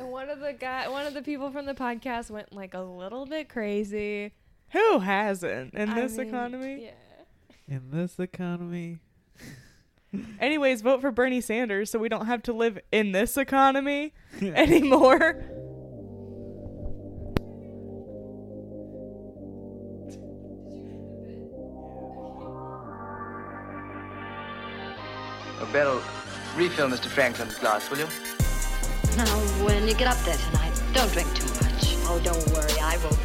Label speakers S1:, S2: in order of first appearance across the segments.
S1: one of the guy, one of the people from the podcast went like a little bit crazy
S2: Who hasn't in
S1: I
S2: this
S1: mean,
S2: economy?
S1: Yeah.
S3: In this economy.
S2: Anyways, vote for Bernie Sanders so we don't have to live in this economy anymore.
S4: A barrel. Refill Mr. Franklin's glass, will you?
S5: Now, when you get up there tonight, don't drink too much. Oh, don't worry, I won't.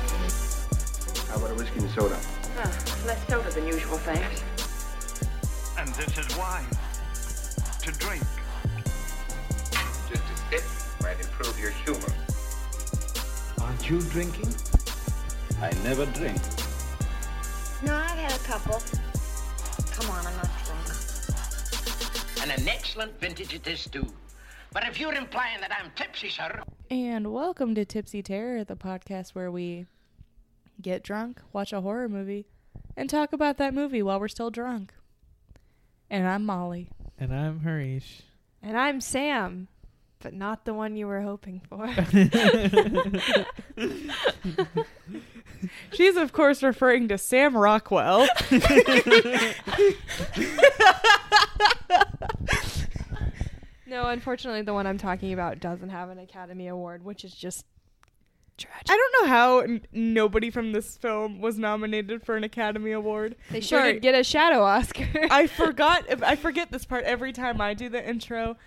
S4: How about a whiskey and soda?
S6: Well, less soda than usual, thanks.
S7: And this is wine to drink.
S8: Just a sip might improve your humor.
S7: Aren't you drinking?
S8: I never drink.
S5: No, I've had a couple. Come on, I'm not drunk.
S9: and an excellent vintage it is too. But if you're implying that I'm tipsy, sir,
S2: And welcome to Tipsy Terror, the podcast where we get drunk, watch a horror movie, and talk about that movie while we're still drunk. And I'm Molly.
S3: And I'm Harish.
S1: And I'm Sam, but not the one you were hoping for.
S2: She's, of course, referring to Sam Rockwell.
S1: no, unfortunately, the one I'm talking about doesn't have an Academy Award, which is just tragic.
S2: I don't know how n- nobody from this film was nominated for an Academy Award.
S1: They sure
S2: Sorry.
S1: did get a shadow Oscar.
S2: I forgot. I forget this part every time I do the intro,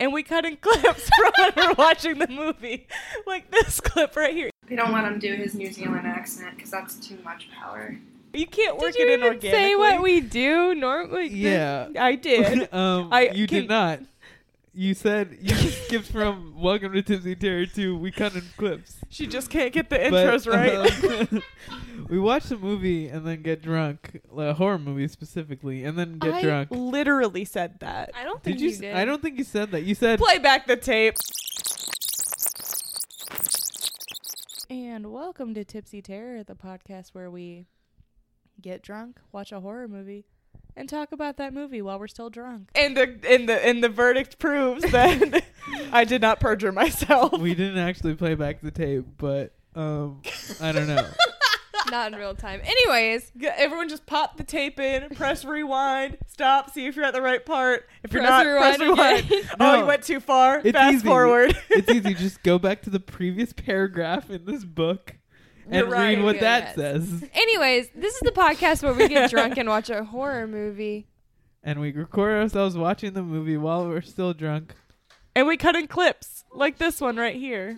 S2: and we cut in clips from when we're watching the movie, like this clip right here.
S10: They don't let him do his New Zealand accent because that's too much power.
S2: You can't work
S1: Did you
S2: it in
S1: even
S2: organically.
S1: say what we do normally?
S3: Yeah.
S2: I did.
S3: um,
S2: I
S3: you
S2: can-
S3: did not. You said you skipped from Welcome to Tipsy Terror to We Cut in Clips.
S2: she just can't get the
S3: But,
S2: intros right.
S3: um, we watch a movie and then get drunk, a horror movie specifically, and then get
S2: I
S3: drunk.
S2: literally said that.
S1: I don't think
S3: Did you?
S1: you
S3: s-
S1: did.
S3: I don't think you said that. You said
S2: Play back the tape. And welcome to Tipsy Terror, the podcast where we get drunk, watch a horror movie, and talk about that movie while we're still drunk. And the and the and the verdict proves that I did not perjure myself.
S3: we didn't actually play back the tape, but um, I don't know.
S1: Not in real time. Anyways,
S2: G- Everyone just pop the tape in, press rewind, stop, see if you're at the right part. If you're
S1: Press
S2: not, press
S1: rewind
S2: rewind.
S1: again.
S2: Oh, you
S3: No.
S2: went too far.
S3: It's
S2: Fast
S3: easy.
S2: forward.
S3: it's easy. Just go back to the previous paragraph in this book
S2: You're
S3: and
S2: right.
S3: read what
S1: Yeah, yes.
S3: that says.
S1: anyways, this is the podcast where we get drunk and watch a horror movie.
S3: And we record ourselves watching the movie while we're still drunk.
S2: and we cut in clips like this one right here.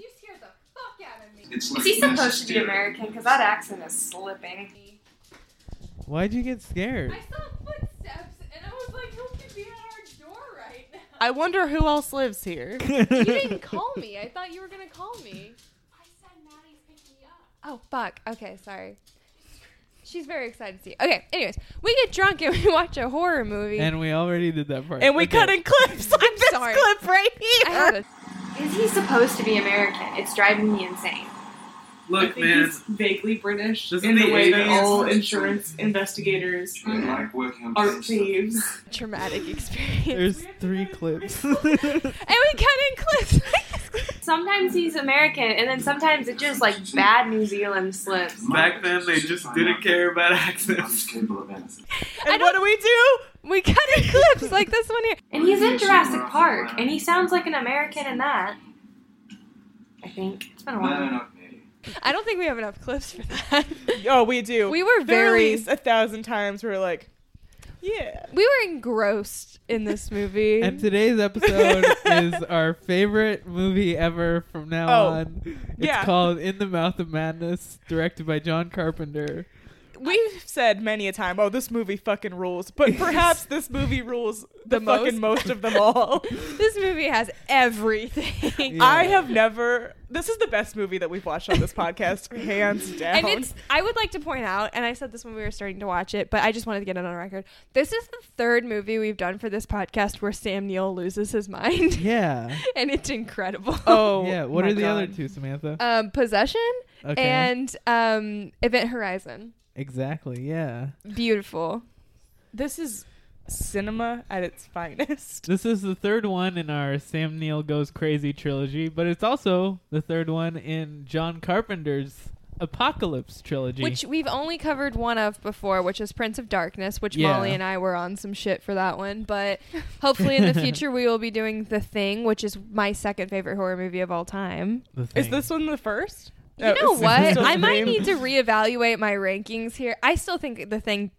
S10: Is he supposed to be American? Because that accent is slipping.
S3: Why'd you get scared?
S1: saw footsteps and I was like, who could be at our door right now?
S2: I wonder who else lives
S1: You
S2: here.
S1: didn't call me. I thought you were gonna call me. I said Maddie's picking me up. Oh fuck. Okay, sorry. She's very excited to see. You. Okay, anyways, we get drunk and we watch a horror movie.
S3: and we already did that part.
S2: and we
S3: Okay.
S2: cut in clips like this
S1: sorry.
S2: clip right
S1: I
S2: here.
S1: had a
S10: Is he supposed to be American? It's driving me insane.
S11: Look, man. vaguely British
S3: This is the 80s.
S11: insurance investigators
S8: like working on
S11: are thieves.
S1: traumatic experience.
S3: There's three clips.
S1: and we cut in clips.
S10: Sometimes he's American, and then sometimes it just like bad New Zealand slips.
S8: Back then, they just didn't
S3: care about
S8: I'm just capable of anything.
S2: and what do we do?
S1: we cut in clips like this one here.
S10: And he's in Jurassic Park, and he sounds like an American in that. I think it's been a
S8: No, no,
S10: while.
S8: not me.
S1: I don't think we have enough clips for that.
S2: Oh, we do.
S1: We were
S2: very
S1: very-
S2: a thousand times. We were like, yeah.
S1: we were engrossed in this movie.
S3: and today's episode is our favorite movie ever from now
S2: Oh,
S3: on. It's
S2: yeah.
S3: called In the Mouth of Madness, directed by John Carpenter.
S2: We've said many a time, oh, this movie fucking rules. But perhaps this movie rules the,
S1: The most?
S2: fucking most of them all.
S1: this movie has everything.
S3: Yeah.
S2: I have never. This is the best movie that we've watched on this podcast, hands down.
S1: And it's I would like to point out, and I said this when we were starting to watch it, but I just wanted to get it on record. This is the third movie we've done for this podcast where Sam Neill loses his mind.
S3: Yeah.
S1: and it's incredible.
S2: oh
S3: yeah. What
S2: my
S3: are the other
S2: God. Uh,
S3: two, Samantha?
S1: Um, Possession
S3: Okay.
S1: and um, Event Horizon.
S3: exactly. Yeah.
S1: Beautiful.
S2: This is cinema at its finest.
S3: This is the third one in our Sam Neill Goes Crazy trilogy, but it's also the third one in John Carpenter's Apocalypse trilogy.
S1: Which we've only covered one of before, which is Prince of Darkness, which
S3: Yeah.
S1: Molly and I were on some shit for that one. But hopefully in the future we will be doing The Thing, which is my second favorite horror movie of all time.
S3: The
S2: Is
S3: Thing.
S2: this one the first?
S1: You know what? I might
S2: need
S1: need to reevaluate my rankings here. I still think The Thing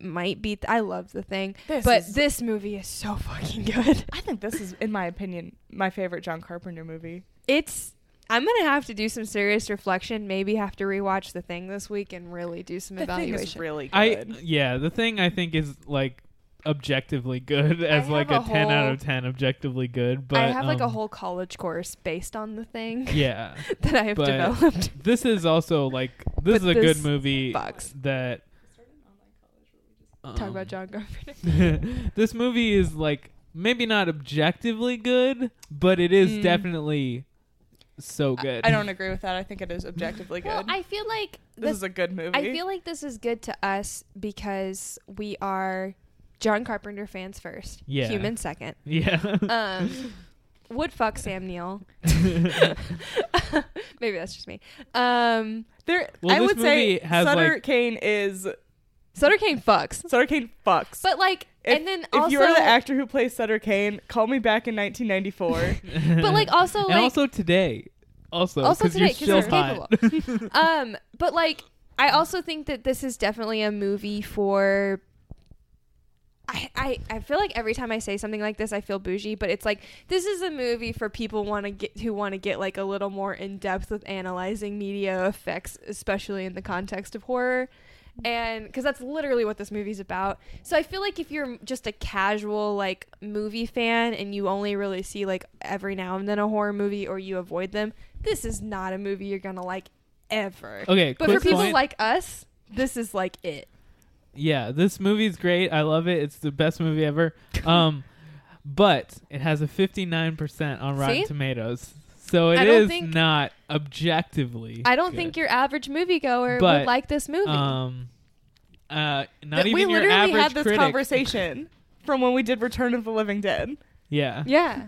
S1: might be. I love The Thing,
S2: This
S1: but
S2: is-
S1: this movie is so fucking good.
S2: I think this is, in my opinion, my favorite John Carpenter movie.
S1: It's. I'm gonna have to do some serious reflection. Maybe have to rewatch The Thing this week and really do some evaluation.
S2: really
S3: I
S2: good.
S3: yeah, the thing I think is like objectively good as
S1: have
S3: like
S1: a
S3: a, ten out
S1: whole-
S3: of ten objectively good. But
S1: I have like a
S3: um,
S1: whole college course based on The Thing.
S3: yeah.
S1: that I have
S3: but
S1: developed.
S3: This is also like this is
S1: But
S3: a good
S1: this
S3: movie
S1: fucks.
S3: that
S1: Talk
S3: um,
S1: about John Carpenter.
S3: this movie is like maybe not objectively good, but it is
S2: Mm.
S3: definitely so good.
S2: I don't agree with that. I think it is objectively good.
S1: Well, I feel like
S2: this is a good movie.
S1: I feel like this is good to us because we are John Carpenter fans first,
S3: Yeah.
S1: human second.
S3: Yeah.
S1: Um, would fuck Sam Neill. Maybe that's just me. Um,
S2: there.
S3: Well,
S2: I
S3: this
S2: would say
S3: movie has,
S2: Sutter
S3: like-
S2: Kane is
S1: Sutter Kane fucks,
S2: Sutter Kane fucks.
S1: but like,
S2: If-
S1: and then
S2: if
S1: also,
S2: you're the actor who plays Sutter Kane, call me back in 1994.
S1: but like also
S3: and
S1: like
S3: also today, also
S1: Also
S3: because you're
S1: today, 'cause
S3: still
S1: they're
S3: hot.
S1: um but like i also think that this is definitely a movie for I, I, I feel like every time I say something like this, I feel bougie, but it's like this is a movie for people want to get who want to get like a little more in depth with analyzing media effects, especially in the context of horror, and because that's literally what this movie's about. So I feel like if you're just a casual like movie fan and you only really see like every now and then a horror movie or you avoid them, this is not a movie you're gonna like ever.
S3: Okay,
S1: but
S3: quick
S1: for people
S3: point.
S1: like us, this is like it.
S3: yeah, this movie's great. I love it. It's the best movie ever. Um, but it has a 59% on Rotten
S1: See?
S3: Tomatoes, so it
S1: I don't
S3: is
S1: think-
S3: not objectively.
S1: I don't
S3: good.
S1: think your average moviegoer
S3: But,
S1: would like this movie.
S3: Um, uh, not
S2: That
S3: even
S2: we
S3: your
S2: literally
S3: average
S2: had this
S3: critic.
S2: conversation from when we did Return of the Living Dead.
S3: Yeah,
S1: yeah.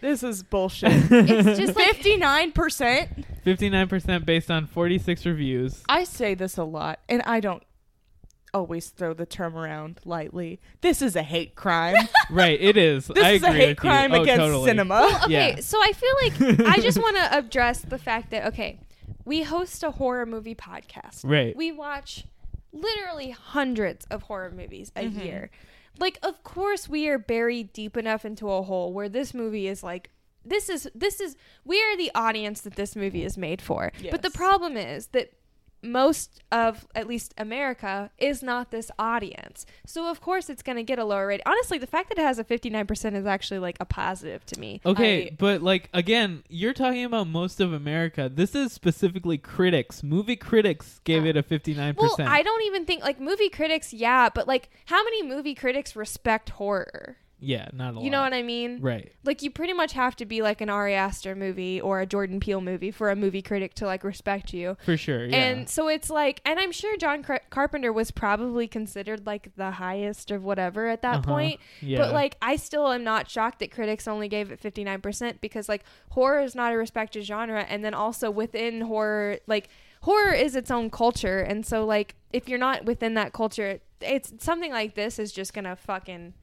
S2: This is bullshit.
S1: It's just like
S2: Fifty-nine percent.
S3: 59% based on 46 reviews.
S2: I say this a lot, and I don't always throw the term around lightly. This is a hate crime.
S3: right, it is.
S2: This
S3: I
S2: is
S3: agree
S2: a hate
S3: with
S2: crime
S3: you. Oh,
S2: against
S3: totally.
S2: cinema.
S1: okay,
S3: Yeah.
S1: so I feel like I just want to address the fact that okay, we host a horror movie podcast.
S3: Right.
S1: We watch literally hundreds of horror movies a
S3: Mm-hmm.
S1: year. Like of course we are buried deep enough into a hole where this movie is like this is this is we are the audience that this movie is made for. But the
S2: Yes.
S1: problem is that most of at least America is not this audience. So of course it's going to get a lower rate. Honestly, the fact that it has a 59% is actually like a positive to me.
S3: Okay,
S1: I-
S3: but like again, you're talking about most of America. This is specifically critics. Movie critics gave it a
S1: Uh,
S3: 59%.
S1: Well, I don't even think like movie critics, yeah, but like how many movie critics respect horror?
S3: yeah, not a lot.
S1: You know what I mean?
S3: Right.
S1: Like you pretty much have to be like an Ari Aster movie or a Jordan Peele movie for a movie critic to like respect you.
S3: For sure. Yeah.
S1: And so it's like, and I'm sure John Car- Carpenter was probably considered like the highest of whatever at that
S3: Uh-huh.
S1: point.
S3: Yeah.
S1: But like, I still am not shocked that critics only gave it 59% because like horror is not a respected genre. And then also within horror, like horror is its own culture. And so like, if you're not within that culture, it's something like this is just going to fucking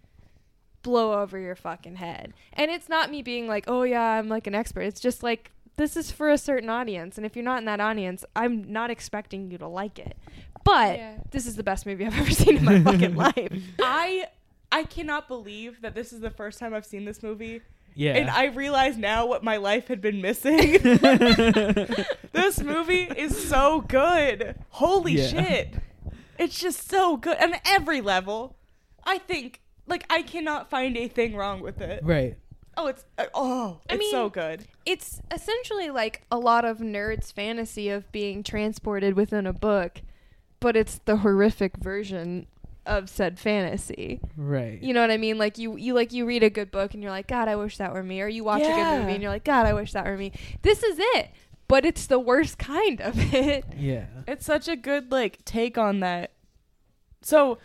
S1: blow over your fucking head. And it's not me being like, oh yeah, I'm like an expert. It's just like this is for a certain audience, and if you're not in that audience, I'm not expecting you to like it. But
S2: Yeah.
S1: this is the best movie I've ever seen in my fucking life.
S2: I I cannot believe that this is the first time I've seen this movie.
S3: yeah.
S2: And I realize now what my life had been missing. this movie is so good. Holy
S3: Yeah.
S2: shit. It's just so good on every level. I think like I cannot find a thing wrong with it.
S3: right.
S2: Oh, it's uh, oh,
S1: I
S2: it's so
S1: mean-
S2: good.
S1: It's essentially like a lot of nerds' fantasy of being transported within a book, but it's the horrific version of said fantasy.
S3: Right.
S1: You know what I mean? Like you, you like you read a good book and you're like, God, I wish that were me. Or you watch a
S2: Yeah.
S1: good movie and you're like, God, I wish that were me. This is it, but it's the worst kind of it.
S3: yeah.
S2: It's such a good like take on that. So,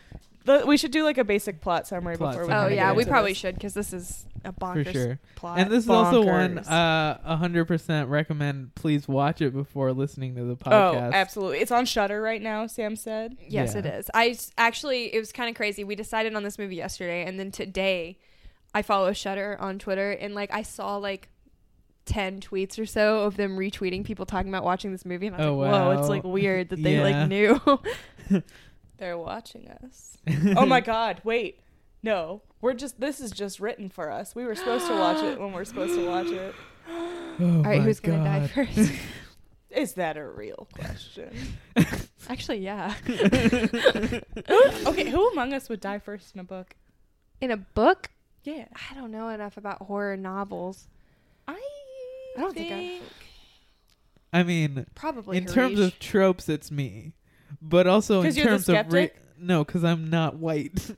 S2: the, we should do like a basic plot summary
S3: Plot
S2: before.
S1: Oh
S3: summary,
S2: we
S1: yeah,
S3: get
S1: we
S3: into
S1: probably should because this is a bonkers
S3: for sure.
S2: plot.
S3: And this is also one
S2: Bonkers.
S3: uh, 100% recommend. Please watch it before listening to the
S2: Oh,
S3: podcast.
S2: absolutely! It's on Shutter right now. Sam said.
S1: Yes,
S3: Yeah.
S1: it is. I s- actually, it was kind of crazy. We decided on this movie yesterday, and then today, I follow Shutter on Twitter, and like I saw like ten tweets or so of them retweeting people talking about watching this movie, and I was
S3: Oh,
S1: like, whoa, it's
S3: wow.
S1: like weird that they
S3: Yeah.
S1: like knew.
S2: They're watching us. oh my God! Wait, no, we're just. This is just written for us. We were supposed to watch it when we're supposed to watch it.
S3: All
S1: All right, who's gonna die first?
S2: Is that a real question?
S1: actually, yeah.
S2: okay, who among us would die first in a book?
S1: In a book,
S2: Yeah,
S1: I don't know enough about horror novels.
S2: I.
S1: I don't think I-
S3: I mean,
S1: Probably
S3: in terms of tropes, it's me. But also in
S2: 'Cause you're the
S3: terms of re-
S2: skeptic?
S3: no, because I'm not white.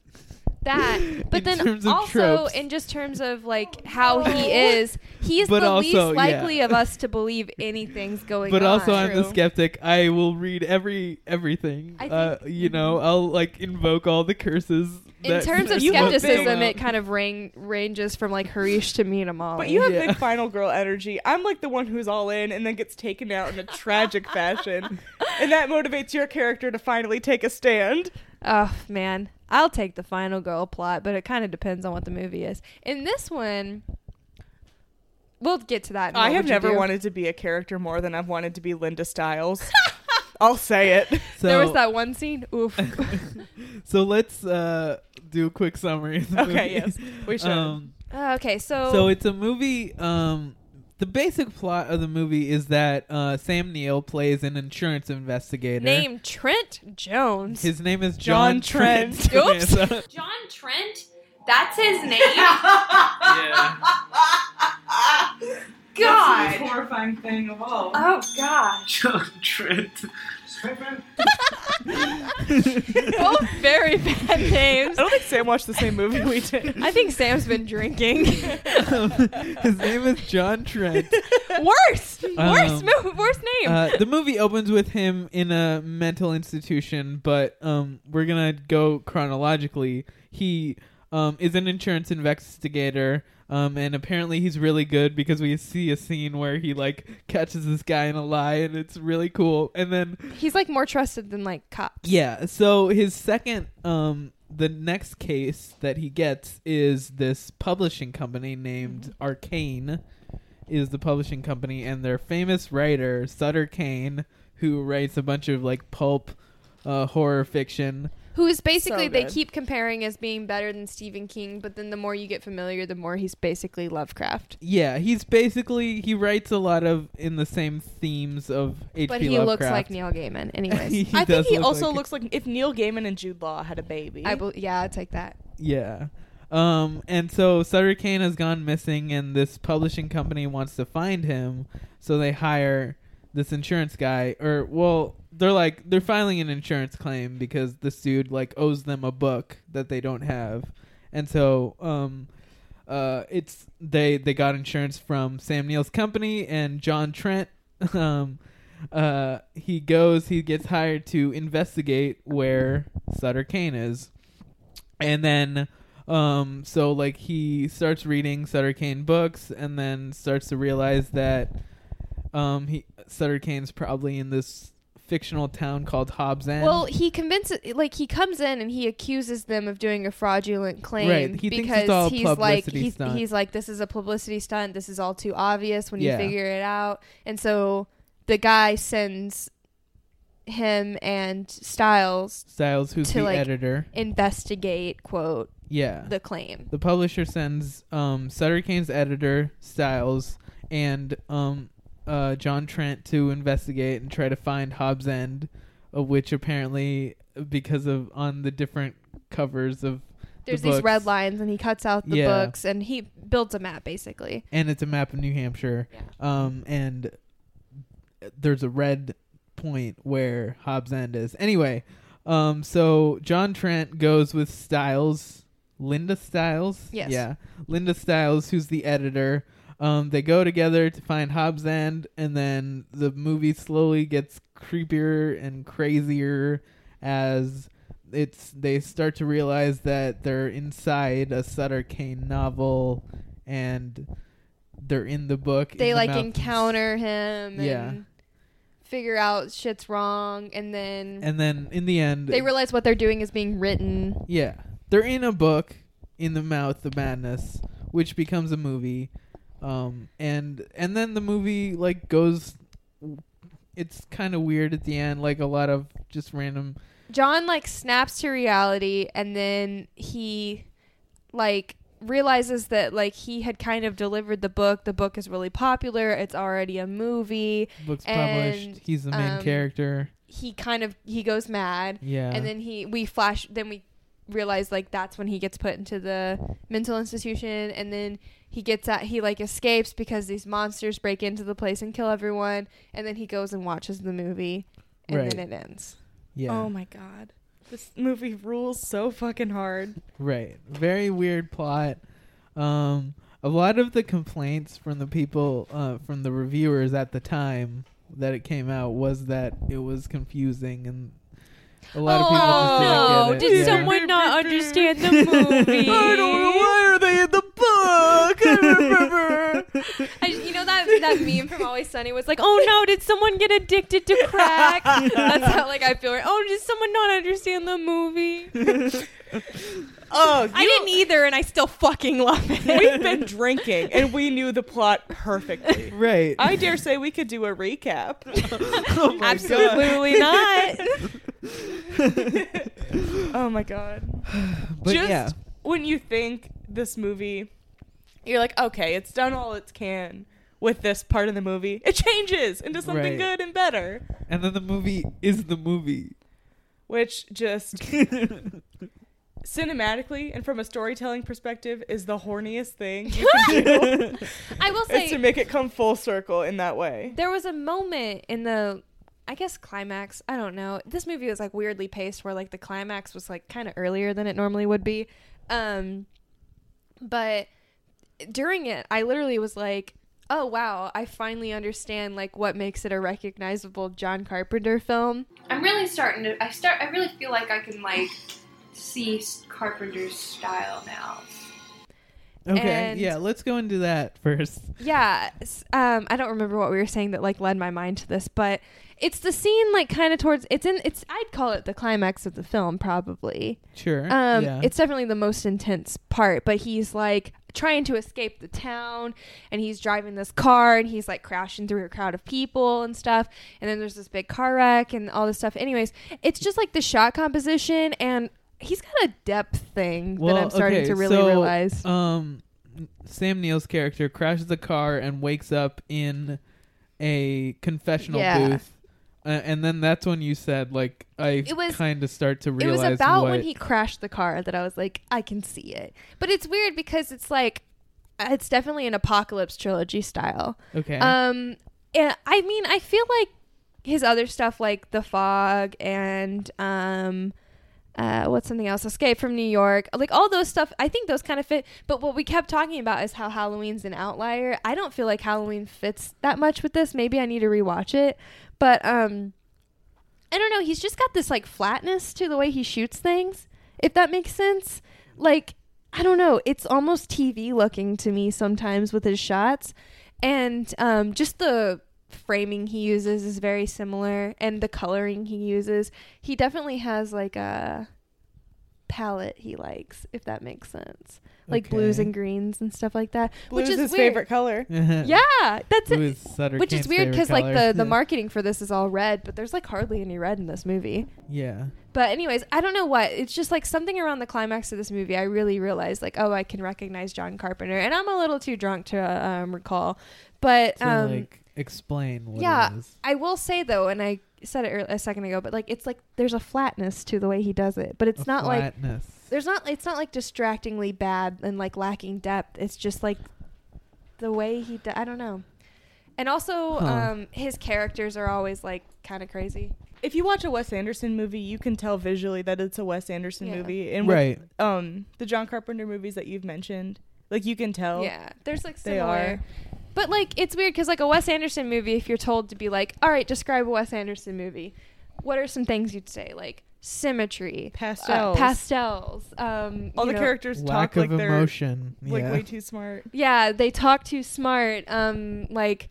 S1: that, but
S3: in
S1: then
S3: terms of
S1: also
S3: tropes.
S1: in just terms of like how he is, he is
S3: But
S1: the
S3: also,
S1: least
S3: yeah.
S1: likely of us to believe anything's going
S3: but
S1: on.
S3: also, I'm the
S2: True.
S3: skeptic. I will read every everything.
S1: I
S3: uh, you know, I'll like invoke all the curses.
S1: in
S3: that-
S1: terms of
S3: that come
S1: skepticism,
S3: out.
S1: it kind of rang, ranges from like Harish to me to Molly.
S2: But you have
S3: Yeah.
S2: big final girl energy. I'm like the one who's all in and then gets taken out in a tragic fashion. And that motivates your character to finally take a stand.
S1: oh man, I'll take the final girl plot, but it kind of depends on what the movie is. In this one, we'll get to that. in
S2: I
S1: what
S2: have
S1: would you
S2: never
S1: do.
S2: wanted to be a character more than I've wanted to be Linda Stiles. I'll say it.
S3: So,
S1: there was that one scene. Oof. Uh,
S3: so let's uh, do a quick summary. Of the
S2: Okay,
S3: movie.
S2: yes, we should.
S3: Um,
S1: Uh, okay, so,
S3: so it's a movie. Um, the basic plot of the movie is that uh, Sam Neill plays an insurance investigator.
S1: name Trent Jones.
S3: His name is
S2: John
S3: John,
S2: Trent.
S1: Oops.
S3: So-
S10: John Trent? That's his name?
S11: Yeah. That's the most
S10: God.
S11: horrifying thing of all.
S10: Oh, gosh.
S11: John Trent.
S1: Both very bad names.
S2: I don't think Sam watched the same movie we did.
S1: I think Sam's been drinking.
S3: His name is John Trent.
S1: worse, worse,
S3: Um,
S1: mo- worse name.
S3: Uh, the movie opens with him in a mental institution, but um, we're gonna go chronologically. He um, is an insurance investigator, um, and apparently he's really good because we see a scene where he like catches this guy in a lie, and it's really cool. And then
S1: He's like more trusted than like cops.
S3: yeah, so his second, um, the next case that he gets is this publishing company named
S1: Mm-hmm.
S3: Arcane, is the publishing company, and their famous writer Sutter Kane, who writes a bunch of like pulp, uh, horror fiction.
S1: Who is basically
S2: So
S1: they
S2: good.
S1: keep comparing as being better than Stephen King, but then the more you get familiar, the more he's basically Lovecraft.
S3: Yeah, he's basically he writes a lot of in the same themes of H.P.
S1: but he
S3: Lovecraft.
S1: looks like Neil Gaiman, anyways.
S3: He
S2: I think
S3: does
S2: he
S3: look
S2: also
S3: like-
S2: looks like if Neil Gaiman and Jude Law had a baby.
S1: I bel yeah, I'll take that.
S3: Yeah. Um, and so Sutter Kane has gone missing, and this publishing company wants to find him, so they hire this insurance guy, or well, they're like they're filing an insurance claim because this dude like owes them a book that they don't have, and so um, uh, it's they they got insurance from Sam Neill's company and John Trent. Um, uh, he goes, he gets hired to investigate where Sutter Kane is. And then, um, so like he starts reading Sutter Kane books, and then starts to realize that, um, he Sutter Kane's probably in this fictional town called Hobbs End.
S1: well, he convinces like he comes in and he accuses them of doing a fraudulent claim
S3: Right, he thinks it's
S1: because
S3: all
S1: he's like
S3: publicity
S1: he's,
S3: stunt.
S1: he's like this is a publicity stunt. This is all too obvious when
S3: Yeah.
S1: you figure it out. And so the guy sends him and Styles
S3: Styles, who's
S1: to,
S3: the
S1: like-
S3: editor,
S1: investigate quote
S3: yeah,
S1: the claim.
S3: the publisher sends um, Sutter Kane's editor Styles and um, uh, John Trent to investigate and try to find Hobbs End, of which apparently because of on the different covers of the
S1: There's these red
S3: books-
S1: lines, and he cuts out the
S3: Yeah.
S1: books, and he builds a map basically.
S3: and it's a map of New Hampshire. Um, and there's a red point where Hobbs End is. Anyway, um, so John Trent goes with Styles, Linda Styles.
S1: Yes.
S3: Yeah, Linda Styles, who's the editor. Um, they go together to find Hobbs End, and then the movie slowly gets creepier and crazier as it's they start to realize that they're inside a Sutter Kane novel, and they're in the book. in
S1: They
S3: the
S1: like
S3: mountains.
S1: encounter him
S3: Yeah.
S1: and figure out shit's wrong, and then
S3: and then in the end,
S1: they realize what they're doing is being written.
S3: Yeah. They're in a book in the mouth of madness, which becomes a movie. Um and and then the movie like goes it's kind of weird at the end, like a lot of just random
S1: John like snaps to reality and then he like realizes that like he had kind of delivered the book. The book is really popular. It's already a movie.
S3: books
S1: And,
S3: published. He's the main
S1: um,
S3: character.
S1: He kind of he goes mad.
S3: Yeah.
S1: And then he we flash then we realize like that's when he gets put into the mental institution and then he gets out he like escapes because these monsters break into the place and kill everyone and then he goes and watches the movie and
S3: Right.
S1: then it ends.
S3: Yeah.
S2: Oh my god. This movie rules so fucking hard.
S3: Right. Very weird plot. Um, a lot of the complaints from the people, uh, from the reviewers at the time that it came out, was that it was confusing and a lot of people just didn't get it. yeah.
S1: Oh,
S2: Oh,
S1: not understand the movie? I don't know
S3: why are they in the book. I remember.
S1: you know that that meme from Always Sunny was like, "Oh no, did someone get addicted to crack?" That's how like I feel. Right. Oh, did someone not understand the movie?
S2: Oh,
S1: I didn't either, and I still fucking love it.
S2: we've been drinking and we knew the plot perfectly.
S3: right.
S2: I dare say we could do a recap.
S3: Oh my God.
S1: Absolutely not.
S2: oh my god.
S3: But
S2: Just
S3: yeah.
S2: when you think this movie, you're like, okay, it's done all it can with this part of the movie. It changes into something
S3: Right.
S2: good and better,
S3: And then the movie is the movie.
S2: which just cinematically and from a storytelling perspective is the horniest thing you can do.
S1: I will
S2: is to
S1: say
S2: make it come full circle in that way.
S1: there was a moment in the. I guess climax. I don't know. This movie was like weirdly paced, where like the climax was like kind of earlier than it normally would be. Um, but during it i literally was like oh wow i finally understand like what makes it a recognizable john carpenter film
S10: I'm really starting to. I start. I really feel like I can like see Carpenter's style now.
S3: Okay.
S1: And-
S3: yeah. Let's go into that first.
S1: yeah s- um i don't remember what we were saying that like led my mind to this but it's the scene like kind of towards it's in it's i'd call it the climax of the film probably
S3: Sure.
S1: Um,
S3: Er, yeah.
S1: It's definitely the most intense part, but he's like trying to escape the town and he's driving this car and he's like crashing through a crowd of people and stuff. And then there's this big car wreck and all this stuff. Anyways, it's just like the shot composition and he's got a depth thing that I'm starting
S3: okay,
S1: to really
S3: so,
S1: realize.
S3: Um, Sam Neill's character crashes the car and wakes up in a confessional
S1: Yeah.
S3: booth, uh, and then that's when you said, like, I
S1: It was-
S3: kind of start to
S1: it
S3: realize
S1: was about
S3: what,
S1: when he crashed the car that I was like, I can see it. But it's weird because it's like, it's definitely an apocalypse trilogy style.
S3: Okay.
S1: Um, and I mean, I feel like his other stuff, like The Fog and um, uh, what's something else? Escape from New York, like all those stuff. I think those kind of fit. But what we kept talking about is how Halloween's an outlier. I don't feel like Halloween fits that much with this. Maybe I need to rewatch it, but um, I don't know. He's just got this like flatness to the way he shoots things. If that makes sense, like. I don't know. It's almost TV looking to me sometimes with his shots and um, just the framing he uses is very similar and the coloring he uses he definitely has like a palette he likes if that makes sense like blues
S3: Okay.
S1: and greens and stuff like that
S2: Blue's
S1: which is
S2: his
S1: weird.
S2: favorite color.
S1: yeah that's
S3: Blue
S1: it
S3: is Sutter
S1: which is
S3: Kane's
S1: weird
S3: favorite
S1: because like
S3: color.
S1: the the marketing for this is all red but there's like hardly any red in this movie
S3: Yeah.
S1: but anyways i don't know what it's just like something around the climax of this movie i really realized like oh i can recognize john carpenter and i'm a little too drunk to uh, um, recall but
S3: To,
S1: um
S3: like explain what
S1: yeah,
S3: it is.
S1: I will say though, and I said it ear- a second ago, but like it's like there's a flatness to the way he does it, but it's
S3: A
S1: not like
S3: flatness.
S1: there's not it's not like distractingly bad and like lacking depth. It's just like the way he do- I don't know. And also,
S3: Huh.
S1: um, his characters are always like kind of crazy.
S2: If you watch a Wes Anderson movie, you can tell visually that it's a Wes Anderson
S1: Yeah.
S2: movie. And with,
S3: right.
S2: um the John Carpenter movies that you've mentioned, like you can tell.
S1: Yeah, there's like
S2: They
S1: similar.
S2: are.
S1: But like it's weird because like a Wes Anderson movie, if you're told to be like, all right, describe a Wes Anderson movie, what are some things you'd say? Like symmetry, uh,
S2: Pastels.
S1: pastels. Um,
S2: All
S1: you
S2: the
S1: know-
S2: characters
S3: Lack
S2: talk like
S3: of
S2: they're
S3: emotion.
S2: like
S3: yeah.
S2: way too smart.
S1: Yeah, they talk too smart. Um, like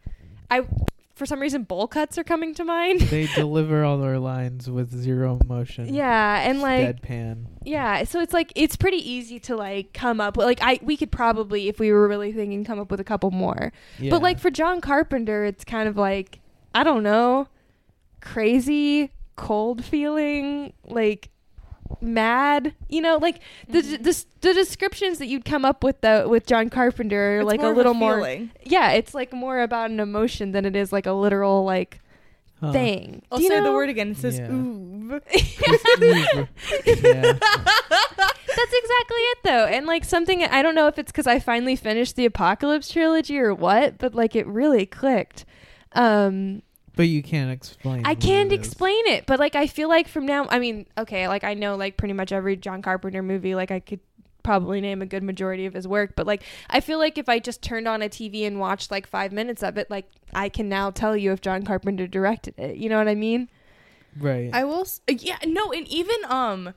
S1: I, for some reason, bowl cuts are coming to mind.
S3: they deliver all their lines with zero emotion.
S1: yeah, and
S3: It's
S1: like
S3: deadpan.
S1: yeah, so it's like it's pretty easy to like come up with. Like I, we could probably, if we were really thinking, come up with a couple more.
S3: Yeah.
S1: But like for John Carpenter, it's kind of like I don't know, crazy, cold feeling, like mad. You know, like the
S2: Mm-hmm.
S1: the, the descriptions that you'd come up with the with John Carpenter are
S2: It's
S1: like
S2: more
S1: a
S2: of a
S1: little more.
S2: feeling.
S1: Yeah, it's like more about an emotion than it is like a literal like
S3: Huh.
S1: thing.
S2: I'll
S1: Do you
S2: say the
S1: know?
S2: word again. It says
S3: Yeah.
S2: ooh.
S3: yeah.
S1: That's exactly it, though. And like something, I don't know if it's because I finally finished the Apocalypse trilogy or what, but like it really clicked. Um,
S3: But you can't explain.
S1: I
S3: what
S1: can't
S3: it is.
S1: explain it, but like I feel like from now, I mean, okay, like I know like pretty much every John Carpenter movie, like I could probably name a good majority of his work, but like I feel like if I just turned on a TV and watched like five minutes of it, like I can now tell you if John Carpenter directed it. You know what I mean?
S3: Right.
S2: I will. S- uh, yeah, no, and even um,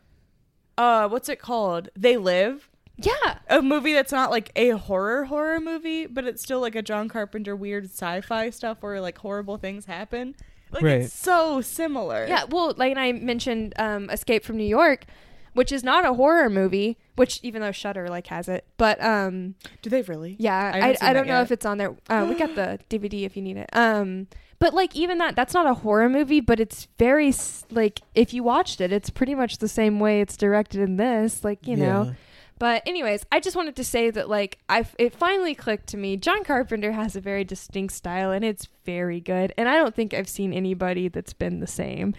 S2: uh, what's it called? They live.
S1: Yeah.
S2: A movie that's not like a horror horror movie, but it's still like a John Carpenter weird sci-fi stuff where like horrible things happen. Like
S3: Right.
S2: it's so similar.
S1: Yeah, well, like I mentioned, um, Escape from New York, which is not a horror movie, which even though Shutter like has it, but um,
S2: Do they really?
S1: yeah,
S2: I
S1: I,
S2: haven't
S1: I,
S2: seen
S1: don't
S2: that
S1: know
S2: yet.
S1: if it's on there. Uh, we got the DVD if you need it. Um, but like even that, that's not a horror movie, but it's very s- like if you watched it, it's pretty much the same way it's directed in this, like you
S3: Yeah.
S1: know. But anyways, I just wanted to say that like I it finally clicked to me. John Carpenter has a very distinct style and it's very good. And I don't think I've seen anybody that's been the same.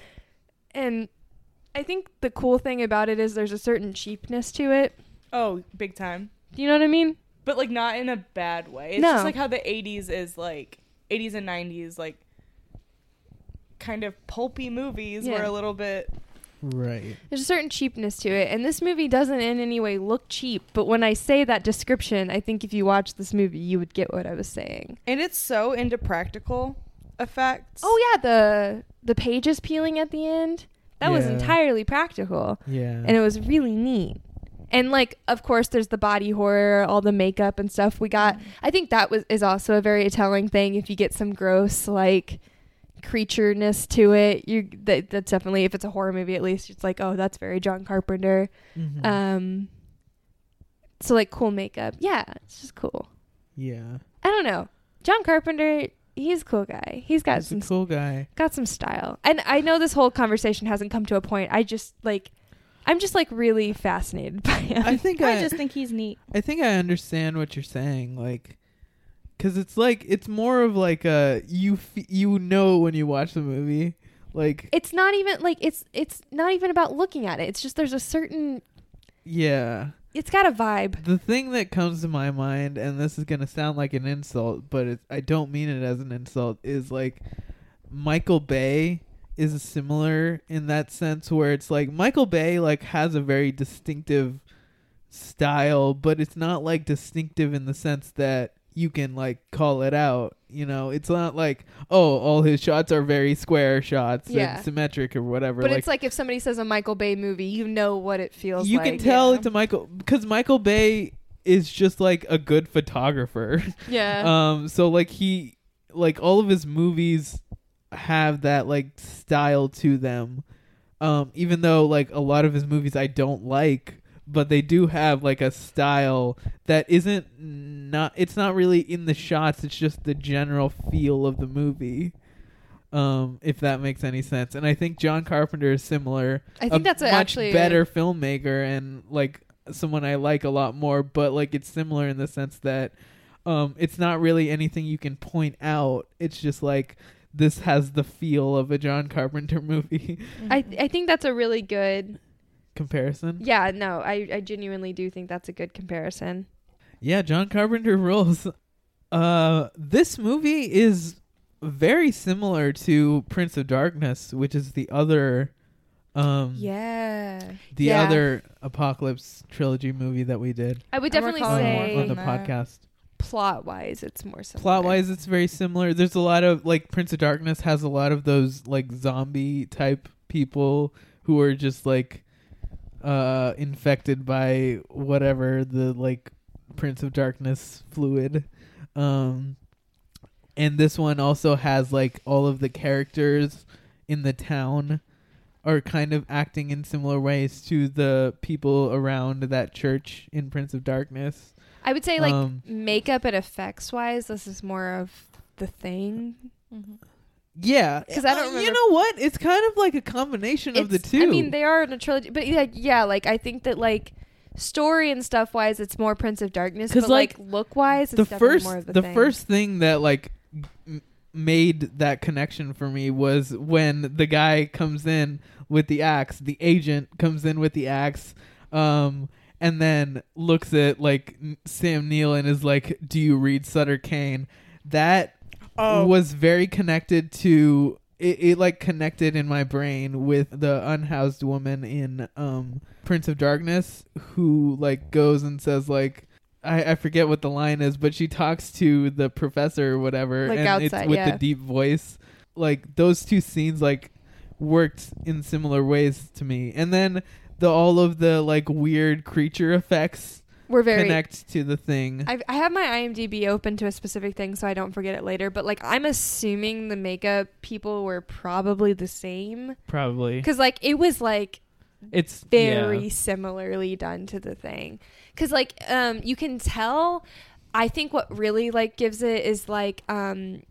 S1: And I think the cool thing about it is there's a certain cheapness to it.
S2: Oh, big time.
S1: Do you know what I mean?
S2: But like not in a bad way. It's
S1: No.
S2: just like how the '80s is like '80s and '90s like kind of pulpy movies were
S1: Yeah.
S2: a little bit.
S3: Right.
S1: There's a certain cheapness to it, and this movie doesn't in any way look cheap. But when I say that description, I think if you watch this movie, you would get what I was saying.
S2: And it's so into practical effects.
S1: Oh yeah, the the pages peeling at the end that was
S3: Yeah.
S1: entirely practical,
S3: Yeah.
S1: and uh, it was really neat. And like, of course, there's the body horror, all the makeup and stuff we got. I think that was is also a very telling thing. If you get some gross like creatureness to it, you that, that's definitely if it's a horror movie at least, it's like oh that's very John Carpenter.
S3: Mhm.
S1: Um, so like cool makeup. Yeah, it's just cool.
S3: yeah.
S1: I don't know. John Carpenter, he's a cool guy. He's got
S3: He's a
S1: some
S3: cool guy.
S1: got some style. And I know this whole conversation hasn't come to a point. I just like I'm just like really fascinated by him.
S3: I think I, just
S2: think he's neat.
S3: I think I understand what you're saying, like, because it's like it's more of like a you f- you know when you watch the movie, like
S1: it's not even like it's it's not even about looking at it. It's just there's a certain
S3: yeah.
S1: it's got a vibe.
S3: The thing that comes to my mind, and this is gonna sound like an insult, but it, I don't mean it as an insult, is like Michael Bay is similar in that sense where it's like Michael Bay like has a very distinctive style, but it's not like distinctive in the sense that you can like call it out. You know, it's not like oh, all his shots are very square shots
S1: Yeah.
S3: and symmetric or whatever.
S1: But
S3: like,
S1: it's like if somebody says um, a Michael Bay movie, you know what it feels
S3: you
S1: like.
S3: can tell
S1: yeah.
S3: it's a Michael because Michael Bay is just like a good photographer.
S1: Yeah.
S3: um, so like he, like all of his movies have that like style to them. Um, even though like a lot of his movies I don't like, but they do have like a style that isn't not. It's not really in the shots. It's just the general feel of the movie. Um, if that makes any sense, and I think John Carpenter is similar
S1: I think
S3: a
S1: that's a-
S3: much
S1: actually
S3: better filmmaker and like someone I like a lot more. But like it's similar in the sense that um, it's not really anything you can point out. It's just like this has the feel of a John Carpenter movie
S1: I I think that's a really good
S3: comparison.
S1: Yeah, no, I, I genuinely do think that's a good comparison.
S3: Yeah, John Carpenter rules. Uh, this movie is very similar to Prince of Darkness, which is the other. Um,
S2: Yeah.
S3: the
S1: Yeah.
S3: other apocalypse trilogy movie that we did um,
S1: I would
S2: I recall
S1: definitely
S3: on,
S2: more
S3: on
S1: say
S3: the
S2: than that.
S3: podcast.
S1: plot wise, it's more similar.
S3: plot wise it's very similar there's a lot of like prince of darkness has a lot of those like zombie type people who are just like uh infected by whatever the like prince of darkness fluid um and this one also has like all of the characters in the town are kind of acting in similar ways to the people around that church in Prince of Darkness.
S1: I would say like
S3: Um,
S1: makeup and effects wise, this is more of the thing. Mm-hmm.
S3: Yeah,
S1: 'Cause I don't
S3: Uh, You
S1: remember-
S3: know what? It's kind of like a combination of the
S1: It's-
S3: two.
S1: I mean, they are in a trilogy, but yeah, yeah, like I think that like story and stuff wise, it's more Prince of Darkness,
S3: 'Cause,
S1: but like,
S3: like,
S1: look wise, it's
S3: the
S1: definitely
S3: first
S1: more of the, thing.
S3: first thing that like m- made that connection for me was when the guy comes in with the axe the agent comes in with the axe um and then looks at like n- Sam Neill and is like do you read Sutter Kane that
S1: Oh.
S3: was very connected to it, it like connected in my brain with the unhoused woman in um Prince of Darkness who like goes and says like I, I forget what the line is, but she talks to the professor or whatever
S1: Like
S3: and
S1: outside,
S3: it's with
S1: yeah.
S3: the deep voice. Like those two scenes like worked in similar ways to me. And then the all of the like weird creature effects
S1: Were very-
S3: connect to the thing.
S1: I've, I have my IMDb open to a specific thing so I don't forget it later, but like I'm assuming the makeup people were probably the same
S3: Probably.
S1: because like it was like
S3: It's
S1: very
S3: yeah.
S1: similarly done to the thing because like um you can tell i think what really like gives it is like um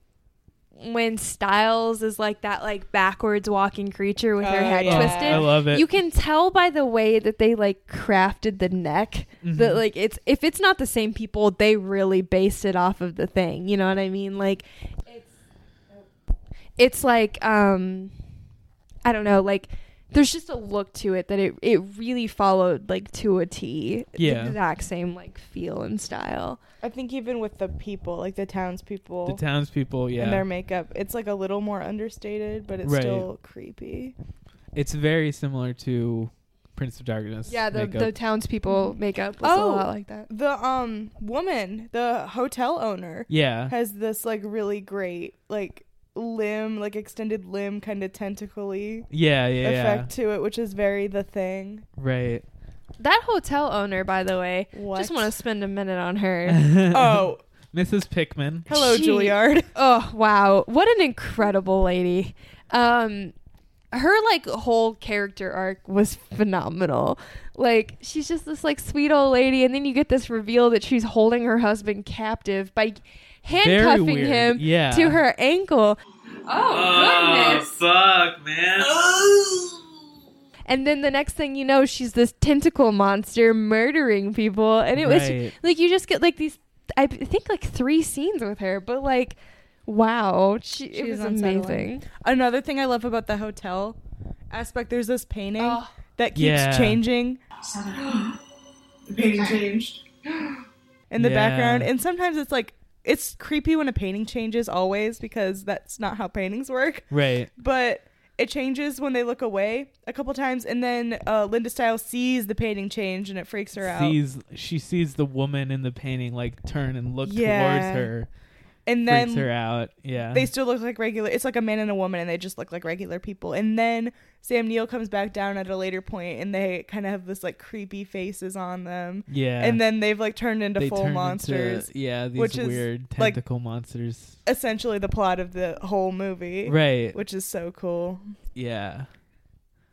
S1: when styles is like that like backwards walking creature with her
S12: Oh,
S1: head
S12: yeah.
S1: twisted
S12: I love it.
S1: you can tell by the way that they like crafted the neck that
S3: Mm-hmm.
S12: Mhm.
S1: like it's if it's not the same people they really based it off of the thing you know what i mean like it's like um i don't know like there's just a look to it that it, it really followed like to a t
S3: Yeah.
S1: the exact same like feel and style
S2: I think even with the people, like the townspeople,
S3: The townspeople, yeah.
S2: and their makeup, it's like a little more understated, but it's
S3: Right.
S2: still creepy.
S3: It's very similar to Prince of Darkness.
S1: yeah the,
S3: makeup.
S1: the townspeople makeup was a lot like that
S2: The um woman, the hotel owner,
S3: Yeah.
S2: has this like really great like limb, like extended limb, kind of tentacly
S3: Yeah, yeah, yeah.
S2: effect to it, which is very the thing.
S3: right.
S1: that hotel owner by the way just want to spend a minute on her
S2: Oh.
S3: Mrs. Pickman.
S1: She- Oh wow, what an incredible lady. Um, her like whole character arc was phenomenal. Like she's just this like sweet old lady, and then you get this reveal that she's holding her husband captive by handcuffing
S11: weird,
S1: him
S11: yeah.
S1: to her ankle.
S11: Oh, fuck, man.
S1: And then the next thing you know, she's this tentacle monster murdering people. And it was
S3: Right.
S1: like you just get like these, I b- think like three scenes with her, but like, wow, she, it was amazing.
S2: Another thing I love about the hotel aspect, there's this painting that keeps
S11: Yeah.
S2: changing.
S11: The painting changed.
S2: in the
S11: Yeah.
S2: background, and sometimes it's like it's creepy when a painting changes always because that's not how paintings work.
S3: Right.
S2: But it changes when they look away a couple times, and then uh, Linda Stiles sees the painting change and it freaks her out.
S3: sees she sees the woman in the painting like turn and look
S2: Yeah.
S3: towards her.
S2: And
S3: freaks
S2: then
S3: her out. Yeah.
S2: They still look like regular. It's like a man and a woman, and they just look like regular people. And then Sam Neill comes back down at a later point, and they kind of have this like creepy faces on them.
S3: Yeah.
S2: And then they've like turned into
S3: They
S2: full
S3: turn into,
S2: monsters.
S3: yeah, these
S2: which is,
S3: weird
S2: like,
S3: tentacle monsters.
S2: essentially the plot of the whole movie.
S3: Right.
S2: Which is so cool.
S3: Yeah.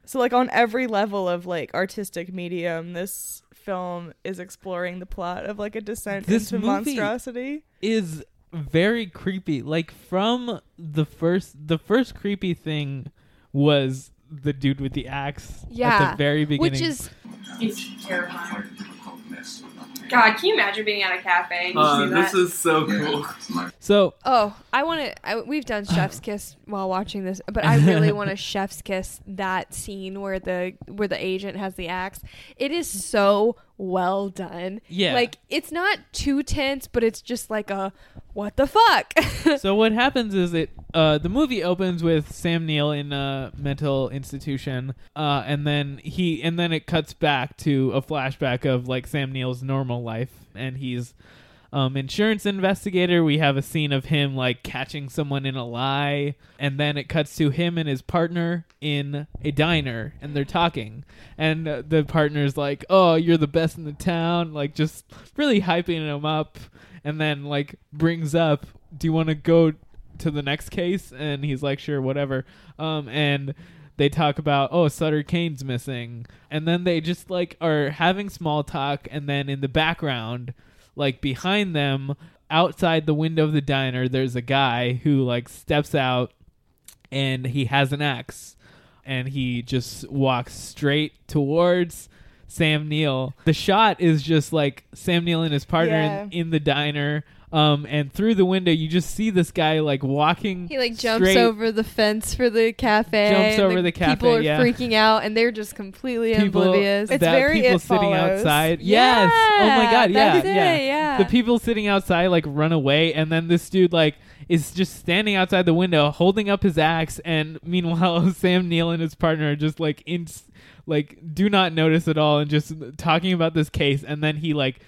S2: So like on every level of like artistic medium, this film is exploring the plot of like a descent
S3: This
S2: into
S3: movie-
S2: monstrosity.
S3: Is very creepy. Like from the first the first creepy thing was the dude with the axe at
S10: Yeah,
S3: the very beginning.
S10: which is- It's terrifying.
S11: God,
S10: God, can you imagine being at a cafe? And
S11: Uh,
S10: you see
S11: this
S10: that?
S11: is so cool.
S3: So
S1: Oh, I want to. We've done Chef's Kiss while watching this, but I really want to Chef's Kiss that scene where the where the agent has the axe. It is so well done.
S3: Yeah.
S1: like it's not too tense, but it's just like a what the fuck.
S3: so what happens is it uh, the movie opens with Sam Neill in a mental institution, uh, and then he and then it cuts back to a flashback of like Sam Neill's normal life, and he's um, insurance investigator. We have a scene of him like catching someone in a lie, and then it cuts to him and his partner in a diner, and they're talking, and uh, the partner's like, "Oh, you're the best in the town," like just really hyping him up, and then like brings up, "Do you want to go to the next case?" And he's like, "Sure, whatever," um, and they talk about oh Sutter Kane's missing, and then they just like are having small talk, and then in the background, like behind them, outside the window of the diner, there's a guy who like steps out, and he has an axe, and he just walks straight towards. Sam Neill. The shot is just like Sam Neill and his partner
S2: Yeah.
S3: in, in the diner. Um, and through the window, you just see this guy like walking.
S1: He like jumps
S3: straight
S1: over the fence for the cafe.
S3: Jumps
S1: and
S3: over the cafe,
S1: People are
S3: yeah.
S1: freaking out, and they're just completely
S3: people
S1: oblivious.
S3: that people sitting outside. Yes. oh my god. Yeah.
S1: that's it,
S3: yeah.
S1: yeah.
S3: The people sitting outside like run away, and then this dude like is just standing outside the window holding up his axe, and meanwhile Sam Neill and his partner are just like in like do not notice at all and just talking about this case, and then he like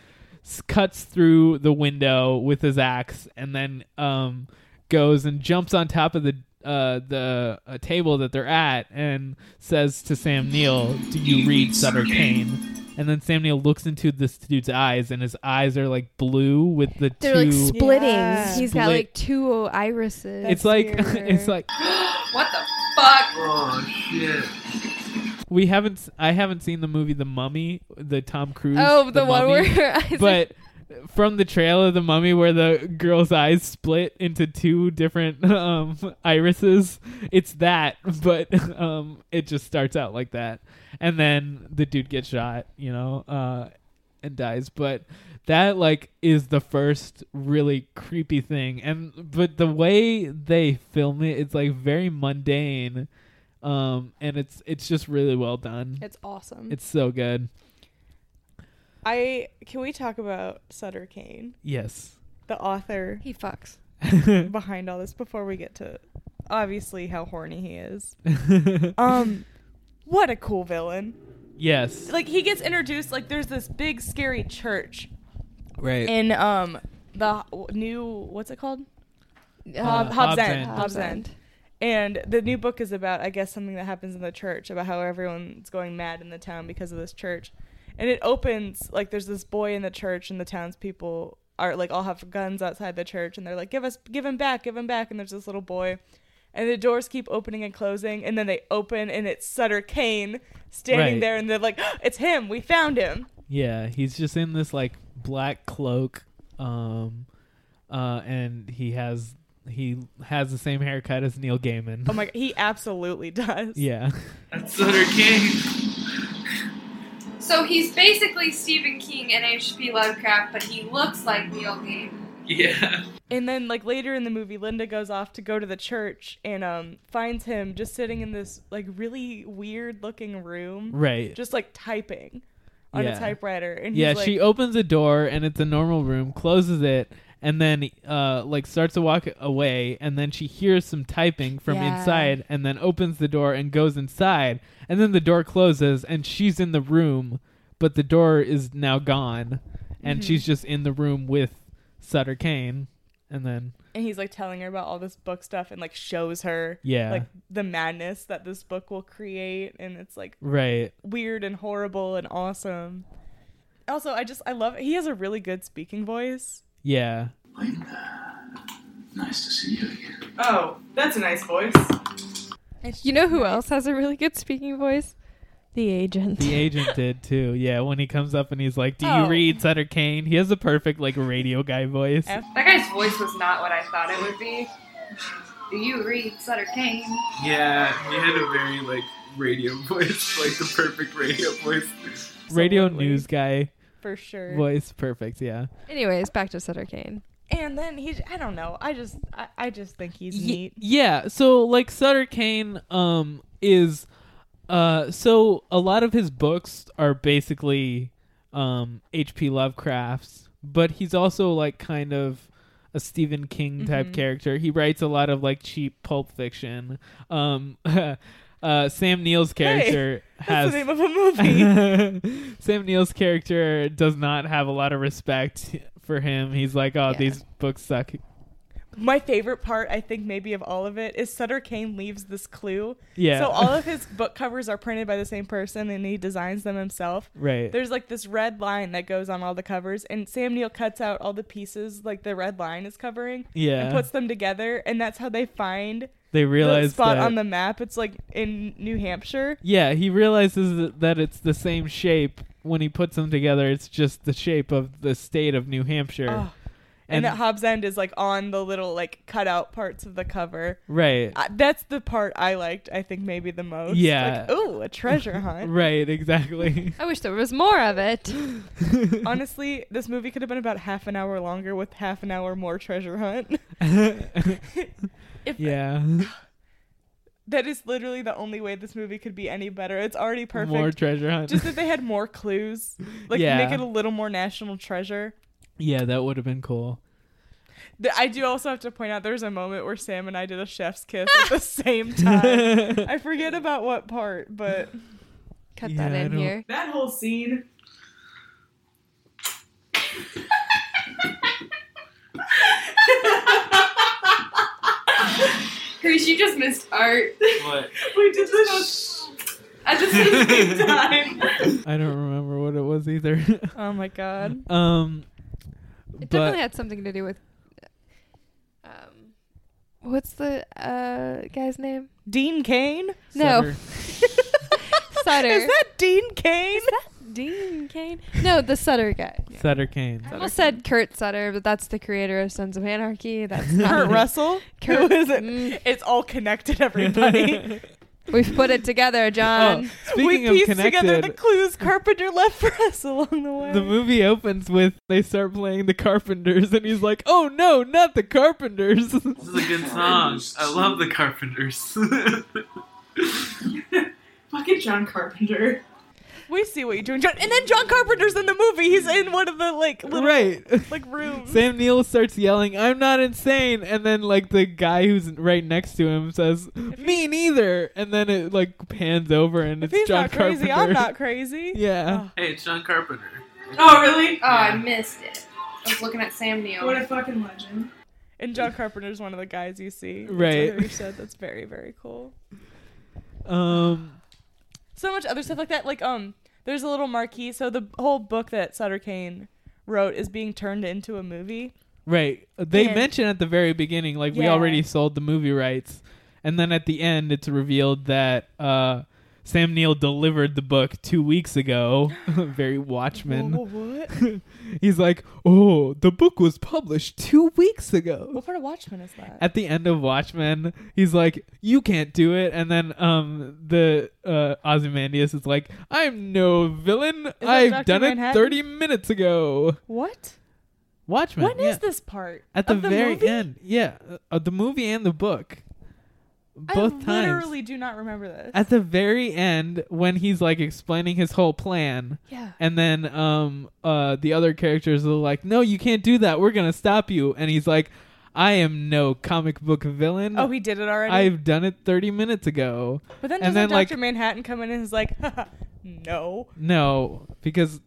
S3: s- cuts through the window with his axe, and then um goes and jumps on top of the. Uh, the uh, table that they're at and says to Sam Neill, "Do you read Sutter Kane?" And then Sam Neill looks into this dude's eyes, and his eyes are like blue with the
S1: They're
S3: two.
S1: like splitting.
S2: Yeah.
S1: He's got
S3: Split.
S1: like two irises.
S3: it's like it's like
S10: What the fuck?
S11: Oh shit.
S3: we haven't. s- I haven't seen the movie The Mummy, the Tom Cruise.
S1: oh, the, one
S3: Mummy.
S1: where Isaac
S3: But from the trailer of The Mummy, where the girl's eyes split into two different um, irises, it's that. But um, it just starts out like that, and then the dude gets shot. You know. Uh, and dies but that like is the first really creepy thing and but the way they film it it's like very mundane um and it's it's just really well done
S2: It's awesome.
S3: it's so good
S2: I can we talk about Sutter Kane,
S3: yes
S2: the author
S1: he fucks.
S2: behind all this before we get to obviously how horny he is. Um what a cool villain.
S3: yes
S2: Like he gets introduced like there's this big scary church
S3: right
S2: in um the h- new what's it called?
S1: Uh,
S2: Hob- Hobbs
S3: Hobbs
S2: End.
S3: End.
S2: Hobbs End. And the new book is about, I guess, something that happens in the church about how everyone's going mad in the town because of this church. And it opens like there's this boy in the church, and the townspeople are like all have guns outside the church, and they're like, "Give us, give him back, give him back." And there's this little boy, and the doors keep opening and closing, and then they open, and it's Sutter Kane standing
S3: Right.
S2: there, and they're like, "It's him! We found him!"
S3: yeah he's just in this like black cloak um uh and he has he has the same haircut as neil gaiman
S2: Oh my! He absolutely does.
S3: yeah
S11: That's Sutter Kane.
S10: So he's basically Stephen King and H.P. Lovecraft, but he looks like Neil Gaiman.
S11: Yeah.
S2: And then like later in the movie, Linda goes off to go to the church and um finds him just sitting in this like really weird looking room,
S3: right
S2: just like typing on
S3: Yeah.
S2: a typewriter. And he's
S3: yeah
S2: like,
S3: she opens a door and it's a normal room closes it and then uh like starts to walk away and then she hears some typing from
S1: Yeah.
S3: inside and then opens the door and goes inside and then the door closes and she's in the room but the door is now gone and
S2: Mm-hmm.
S3: she's just in the room with Sutter Kane and then
S2: and he's like telling her about all this book stuff and like shows her
S3: yeah
S2: like the madness that this book will create, and it's like
S3: right
S2: weird and horrible and awesome. Also, I just I love he has a really good speaking voice.
S3: yeah
S11: Nice to see you again.
S6: Oh, that's a nice voice.
S1: You know who else has a really good speaking voice? The agent.
S3: the agent did too yeah when he comes up and he's like do
S2: Oh.
S3: you read Sutter Kane he has a perfect like radio guy voice
S2: F-
S10: That guy's voice was not what I thought it would be. Do you read Sutter Kane?
S11: Yeah, he had a very like radio voice, like the perfect radio voice.
S3: radio
S2: Absolutely.
S3: news guy
S2: for sure.
S3: voice perfect yeah
S1: Anyways, back to Sutter Kane.
S2: And then he, I don't know. I just, I, I just think he's
S3: Ye-
S2: neat.
S3: yeah so like sutter kane um is uh so a lot of his books are basically um hp lovecraft's but he's also like kind of a stephen king type
S2: Mm-hmm.
S3: character he writes a lot of like cheap pulp fiction um uh sam neill's character
S2: That's
S3: has
S2: the name of a movie.
S3: Sam Neill's character does not have a lot of respect for him. He's like, oh,
S2: Yeah.
S3: these books suck.
S2: My favorite part, I think, maybe of all of it, is Sutter Kane leaves this clue.
S3: Yeah.
S2: So all of his book covers are printed by the same person, and he designs them himself.
S3: Right.
S2: There's like this red line that goes on all the covers, and Sam Neill cuts out all the pieces like the red line is covering.
S3: Yeah.
S2: And puts them together, and that's how they find
S3: They
S2: the
S3: realize
S2: spot
S3: that-
S2: on the map. It's like in New Hampshire.
S3: Yeah, he realizes that- that it's the same shape when he puts them together. It's just the shape of the state of New Hampshire.
S2: Oh. And, that Hobbs End is like on the little like cutout parts of the cover.
S3: Right.
S2: Uh, that's the part I liked, I think, maybe the most.
S3: Yeah.
S2: Like, ooh, a treasure hunt.
S3: right, exactly.
S1: I wish there was more of it.
S2: Honestly, this movie could have been about half an hour longer with half an hour more treasure hunt. If-
S3: yeah.
S2: That is literally the only way this movie could be any better. It's already perfect.
S3: More treasure hunt.
S2: Just if they had more clues, like
S3: Yeah.
S2: make it a little more national treasure.
S3: yeah, that would have been cool.
S2: Th- I do also have to point out there's a moment where Sam and I did a chef's kiss at the same time. I forget about what part, but
S1: Cut
S3: Yeah,
S1: that
S3: I
S1: in
S3: don't-
S1: here.
S6: That whole scene.
S10: Chris, you just missed art.
S11: What?
S6: We did this
S10: At the same time.
S3: I don't remember what it was either.
S2: oh my god.
S3: um
S1: It
S3: but
S1: definitely had something to do with. Um, what's the uh, guy's name?
S2: Dean Kane?
S1: No,
S3: Sutter-
S1: Sutter.
S2: Is that Dean Kane?
S1: Dean Kane? No, the Sutter guy.
S3: Sutter Kane.
S1: I almost said Kurt Sutter, but that's the creator of Sons of Anarchy. That's not
S2: Kurt Russell?
S1: Kurt-
S2: Who is it?
S1: Mm.
S2: It's all connected, everybody.
S1: We've put it together,
S3: oh,
S1: John.
S3: speaking
S2: we
S3: of
S2: pieced together the
S3: connected,
S2: clues Carpenter left for us along the way.
S3: the movie opens with they start playing the Carpenters, and he's like, "Oh no, not the Carpenters!"
S11: This is a good song. I love the Carpenters.
S6: Fucking John Carpenter.
S2: we see what you're doing, John. And then John Carpenter's in the movie. He's in one of the like little
S3: right.
S2: like rooms.
S3: Sam Neill starts yelling, "I'm not insane," and then like the guy who's right next to him says, "Me neither," and then it like pans over and
S2: if
S3: it's
S2: he's
S3: John
S2: not crazy,
S3: Carpenter.
S2: I'm not crazy.
S3: yeah,
S11: hey, it's John Carpenter.
S6: Oh, really?
S10: Oh, I missed it. I was looking at Sam
S6: What
S10: Neill.
S6: a fucking legend.
S2: And John Carpenter's one of the guys you see. That's
S3: Right.
S2: what you said that's very very cool.
S3: um,
S2: So much other stuff like that. Like um, there's a little marquee. So the whole book that Sutter Kane wrote is being turned into a movie.
S3: right. They
S2: And-
S3: mention at the very beginning, like we
S2: Yeah.
S3: already sold the movie rights, and then at the end, it's revealed that uh, Sam Neill delivered the book two weeks ago. very Watchmen.
S2: Wha- wha- what?
S3: He's like, "Oh, the book was published two weeks ago."
S2: What part of Watchmen is that?
S3: at the end of Watchmen, he's like, "You can't do it," and then um the uh, Ozymandias is like, "I'm no villain.
S2: that
S3: I've
S2: Dr.
S3: done it
S2: Manhattan?
S3: thirty minutes ago."
S2: what?
S3: Watchmen.
S2: When is
S3: yeah.
S2: this part?
S3: At the,
S2: Of
S3: very
S2: movie?
S3: end, yeah, uh, of the movie and the book, both
S2: I
S3: times.
S2: literally do not remember this.
S3: At the very end, when he's like explaining his whole plan,
S2: yeah.
S3: and then um uh the other characters are like, "No, you can't do that. We're gonna stop you," and he's like. I am no comic book villain.
S2: Oh, he did it already.
S3: I've done it 30 minutes ago.
S2: but then
S3: and
S2: doesn't
S3: then,
S2: Doctor
S3: like-
S2: Manhattan come in and is like, no.
S3: No, because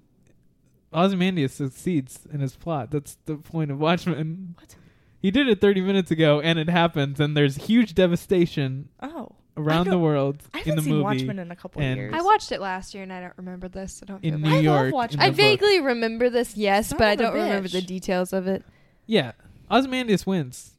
S3: Ozymandias succeeds in his plot. That's the point of Watchmen.
S2: What?
S3: He did it 30 minutes ago, and it happens, and there's huge devastation
S2: Oh,
S3: around
S2: I
S3: the
S2: don't-
S3: world
S2: I
S3: in
S2: haven't
S3: the
S2: seen
S3: movie
S2: Watchmen in a couple
S3: and-
S2: years.
S1: I watched it last year and I don't remember this. So don't. feel
S3: in
S1: bad.
S3: New
S2: I love
S3: York. in
S2: Watchmen.
S3: the
S1: I
S3: book.
S1: vaguely remember this, yes,
S2: Son
S1: but I
S2: of a
S1: don't remember
S2: bitch.
S1: the details of it.
S3: Yeah. Ozymandias wins.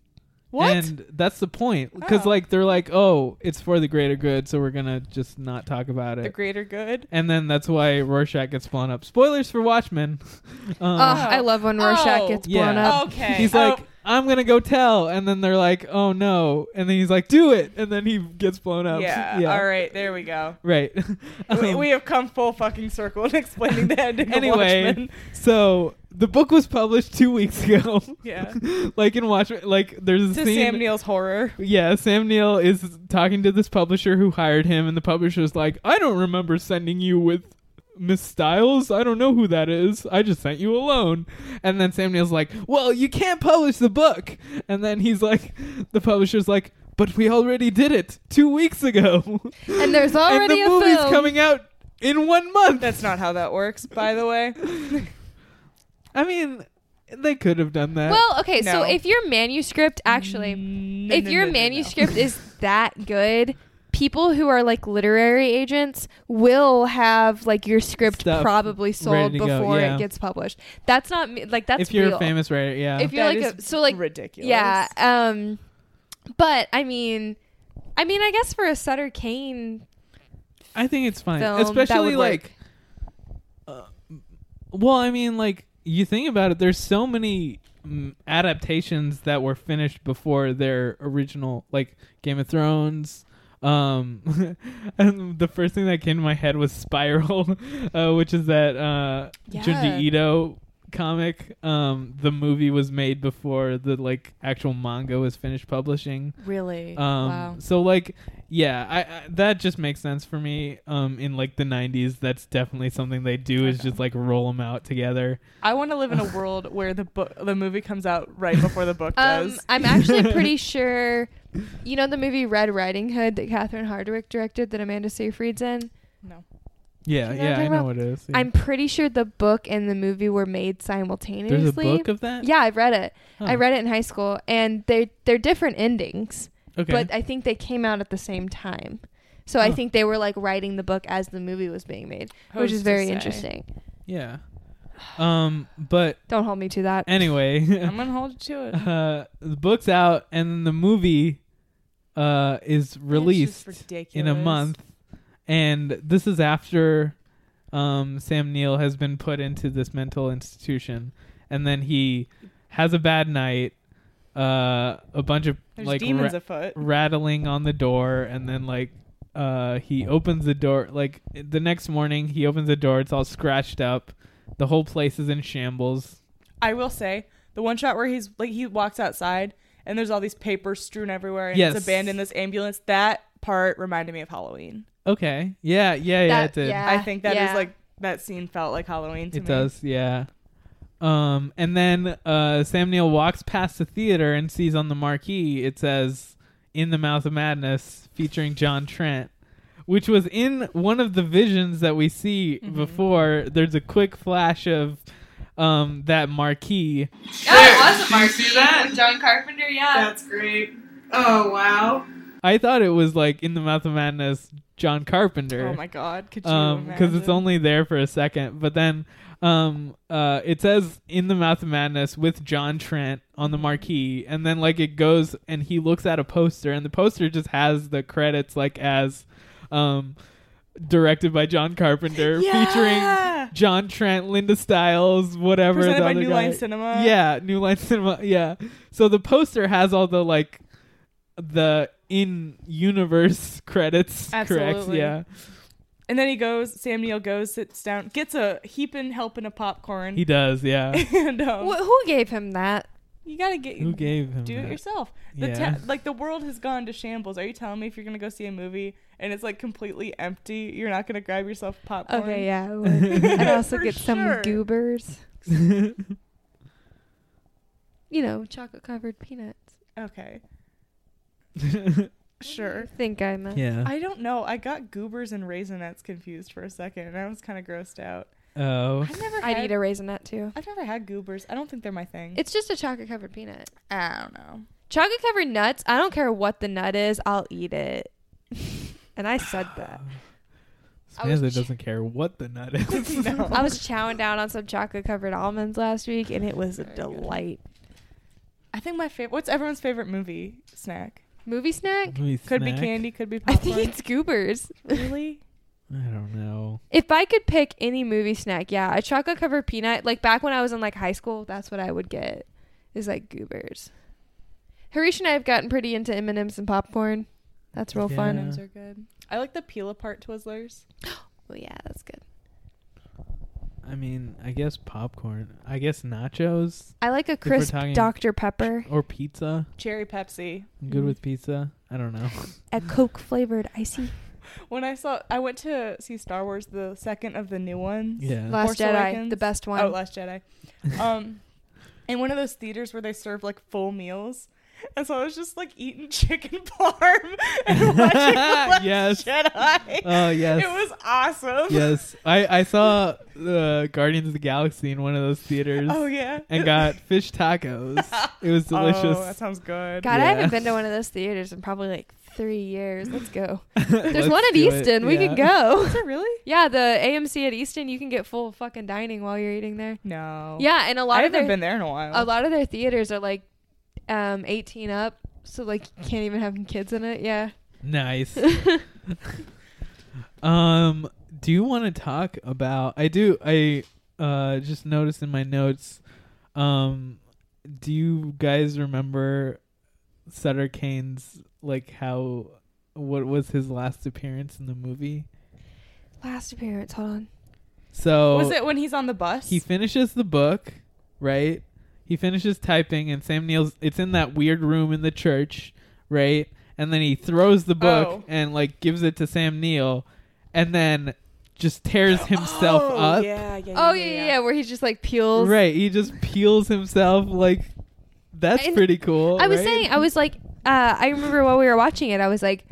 S2: What?
S3: And that's the point. Because,
S2: Oh.
S3: like, they're like, oh, it's for the greater good, so we're going to just not talk about
S2: the
S3: it.
S2: greater good.
S3: and then that's why Rorschach gets blown up. Spoilers for Watchmen. um,
S1: Ugh, I love when Rorschach
S2: Oh.
S1: gets
S3: Yeah.
S1: blown up.
S2: Okay.
S3: He's
S2: Oh,
S3: like, I'm gonna go tell, and then they're like, oh no, and then he's like, do it, and then he gets blown up.
S2: Oh. yeah, All right, there we go.
S3: right.
S2: we,
S3: Um,
S2: we have come full fucking circle in explaining the ending of
S3: anyway,
S2: Watchmen.
S3: so the book was published two weeks ago.
S2: Yeah.
S3: like in Watchmen, like there's a
S2: To
S3: scene.
S2: Sam Neill's horror.
S3: yeah, Sam Neill is talking to this publisher who hired him, and the publisher's like, I don't remember sending you with Miss Styles. I don't know who that is. I just sent you alone. And then Sam Neill's like, Well, you can't publish the book. And then he's like, The publisher's like, But we already did it two weeks ago.
S1: And there's
S3: and the
S1: already a
S3: movie's
S1: film.
S3: coming out in one month.
S2: That's not how that works, by the way.
S3: I mean, They could have done that.
S1: Well, okay, so if your manuscript
S2: Mm.
S1: actually, if
S3: no,
S1: your
S3: no, no, no.
S1: manuscript is that good, people who are like literary agents will have like your script
S3: Stuff
S1: probably sold
S3: ready to go,
S1: before
S3: yeah.
S1: it gets published. That's not me- like that's
S3: if you're
S1: real.
S3: a famous writer, yeah.
S1: If you're
S2: That
S1: like a,
S2: is
S1: so like
S2: ridiculous.
S1: Yeah. Um, but I mean, I mean, I guess for a Sutter Kane
S3: I think it's fine,
S1: film, that
S3: especially
S1: would
S3: like. Uh, well, I mean, like you think about it, there's so many mm, adaptations that were finished before their original, like Game of Thrones. Um, and the first thing that came to my head was Spiral, uh, which is that uh,
S1: Yeah.
S3: Junji Ito comic. Um, the movie was made before the like actual manga was finished publishing.
S2: Really?
S3: Um,
S2: Wow.
S3: So like, yeah, I, I that just makes sense for me. Um, in like the '90s, that's definitely something they do is just like roll them out together.
S2: I want to live in a world where the book, the movie comes out right before the book
S1: Um,
S2: does.
S1: I'm actually pretty sure. You know the movie Red Riding Hood that Catherine Hardwick directed that Amanda Seyfried's in.
S2: no.
S3: Yeah,
S1: You know what I'm
S3: yeah, I
S1: talking
S3: know
S1: about?
S3: what it is. yeah.
S1: I'm pretty sure the book and the movie were made simultaneously.
S3: There's a book of that.
S1: Yeah, I've read it. I
S3: Huh.
S1: read it in high school, and they they're different endings.
S3: Okay.
S1: But I think they came out at the same time, so I
S3: Huh.
S1: think they were like writing the book as the movie was being made, which
S2: Who's
S1: is
S2: to
S1: very
S2: say?
S1: interesting.
S3: Yeah. Um, but
S1: Don't hold me to that.
S3: anyway,
S2: I'm gonna hold you to it.
S3: uh, the book's out and the movie uh, is released in a
S2: ridiculous.
S3: month, and this is after um, Sam Neill has been put into this mental institution, and then he has a bad night. Uh, a bunch of
S2: There's
S3: like
S2: demons
S3: ra-
S2: afoot.
S3: rattling on the door, and then like uh, he opens the door. Like the next morning, he opens the door. It's all scratched up. The whole place is in shambles.
S2: I will say the one shot where he's like he walks outside and there's all these papers strewn everywhere and
S3: Yes.
S2: it's abandoned this ambulance. That part reminded me of Halloween.
S3: Okay. Yeah. Yeah. Yeah.
S1: That-
S3: it did.
S1: yeah.
S2: I think that is
S1: yeah.
S2: like that scene felt like Halloween to
S3: It
S2: me.
S3: does. Yeah. Um, and then uh, Sam Neill walks past the theater and sees on the marquee it says "In the Mouth of Madness" featuring John Trent, which was in one of the visions that we see
S2: Mm-hmm.
S3: before. There's a quick flash of um, that marquee.
S6: Yeah, it was a marquee.
S11: see that?
S6: With John Carpenter, yeah. That's great. Oh, wow.
S3: I thought it was like "In the Mouth of Madness" John Carpenter.
S2: Oh my god, could you
S3: um because it's
S2: imagine?
S3: only there for a second but then um uh it says in the mouth of madness with john trent on the marquee and then like it goes and he looks at a poster and the poster just has the credits like as um directed by john carpenter
S2: Yeah!
S3: featuring john trent linda styles whatever
S2: Presented
S3: the
S2: by
S3: other
S2: New Line
S3: guy-
S2: Cinema.
S3: yeah new line cinema yeah so the poster has all the like the in universe credits correct
S2: Absolutely.
S3: yeah
S2: And then he goes, Sam Neill goes, sits down, gets a heaping helping of popcorn.
S3: he does yeah
S2: and um,
S1: Wh- who gave him that?
S2: you gotta get
S3: Who gave him?
S2: do it
S3: that?
S2: yourself. The
S3: Yeah.
S2: te- like the world has gone to shambles. Are you telling me if you're gonna go see a movie and it's like completely empty, you're not gonna grab yourself popcorn?
S1: Okay, yeah. I would. I'd also
S2: For
S1: get some
S2: sure.
S1: goobers. You know, chocolate covered peanuts.
S2: Okay. Sure.
S1: think I meant.
S3: yeah.
S2: I don't know. I got goobers and raisinets confused for a second, and I was kind of grossed out.
S3: oh.
S2: I've never.
S1: I'd
S2: had,
S1: eat a raisinette too.
S2: I've never had goobers. I don't think they're my thing.
S1: It's just a chocolate covered peanut.
S2: I don't know.
S1: Chocolate covered nuts. I don't care what the nut is. I'll eat it. and I said that. I was
S3: Samantha
S1: ch-
S3: doesn't care what the nut is.
S1: I was chowing down on some chocolate covered almonds last week, and it was a delight.
S2: I think my favorite. What's everyone's favorite movie snack?
S1: Movie snack?
S3: Let me
S2: Could be
S3: snack.
S2: candy. Could be
S1: I
S2: popcorn.
S1: think it's goobers.
S2: really.
S3: I don't know.
S1: If I could pick any movie snack, yeah, a chocolate covered peanut. Like back when I was in like high school, that's what I would get. Is like goobers. Harish and I have gotten pretty into M and M's and popcorn. That's real
S3: Yeah.
S1: fun.
S2: Those are good. I like the peel apart Twizzlers.
S1: Oh yeah, that's good.
S3: I mean, I guess popcorn. I guess nachos
S1: I like a
S3: we're
S1: crisp
S3: talking-
S1: Dr Pepper,
S3: or pizza.
S2: Cherry Pepsi.
S3: I'm good with pizza. I don't know.
S1: a Coke flavored icy.
S2: When I saw, I went to see Star Wars, the second of the new ones.
S3: Yeah.
S1: Last
S2: Force
S1: Jedi,
S2: Awakens.
S1: the best one.
S2: Oh, Last Jedi. Um, in one of those theaters where they serve like full meals, And so I was just like eating chicken parm and watching The Last
S3: Yes.
S2: Jedi.
S3: Oh, yes.
S2: It was awesome.
S3: Yes, I I saw uh, Guardians of the Galaxy in one of those theaters.
S2: Oh, yeah.
S3: and got fish tacos. It was delicious.
S2: Oh, that sounds good.
S1: God, I
S3: Yeah.
S1: haven't been to one of those theaters in probably like three years. Let's go. There's
S3: Let's
S1: one at
S3: do it.
S1: Easton. We
S3: Yeah.
S1: can go.
S2: Is it really?
S1: Yeah, the AMC at Easton, you can get full fucking dining while you're eating there.
S2: No.
S1: Yeah, and a lot
S2: Oh. I
S1: of
S2: haven't
S1: their
S2: been there in a while.
S1: a lot of their theaters are like um 18 up, so like you can't even have kids in it. Yeah.
S3: Nice. um, do you want to talk about? I do. I uh just noticed in my notes. Um, do you guys remember Sutter Kane's like how? What was his last appearance in the movie?
S1: Last appearance. Hold on.
S3: So
S2: Was it when he's on the bus?
S3: Oh. he finishes the book, right? He finishes typing, and Sam Neill's. It's in that weird room in the church, right? And then he throws the book
S2: Oh.
S3: and like gives it to Sam Neill, and then just tears himself
S2: oh,
S3: up.
S2: Yeah, yeah,
S1: Oh yeah, yeah, yeah, where he just like peels.
S3: Right? He just peels himself like. That's
S1: And
S3: pretty cool.
S1: I was
S3: Oh, right?
S1: saying, I was like, uh, I remember while we were watching it, I was like,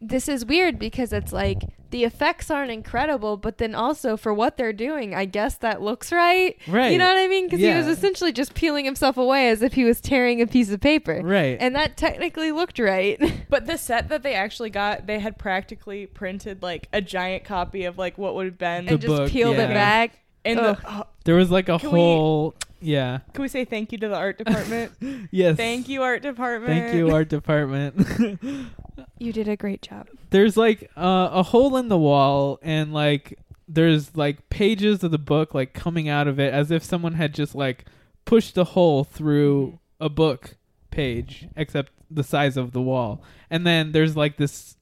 S1: this is weird because it's like the effects aren't incredible, but then also for what they're doing, I guess that looks right.
S3: Right.
S1: You know what I mean? Because he
S3: Yeah.
S1: was essentially just peeling himself away as if he was tearing a piece of paper.
S3: Right.
S1: And that technically looked right.
S2: But the set that they actually got, they had practically printed like a giant copy of like what would have been
S3: The
S1: and just
S3: book,
S1: peeled
S3: yeah.
S1: it back.
S2: in
S1: Ugh.
S2: the. oh,
S3: there was like a
S2: Can we-
S3: whole yeah.
S2: can we say thank you to the art department?
S3: Yes.
S2: thank you, art department.
S3: Thank you, art department.
S1: you did a great job.
S3: there's like uh, a hole in the wall and like there's like pages of the book like coming out of it as if someone had just like pushed a hole through a book page except the size of the wall and then there's like this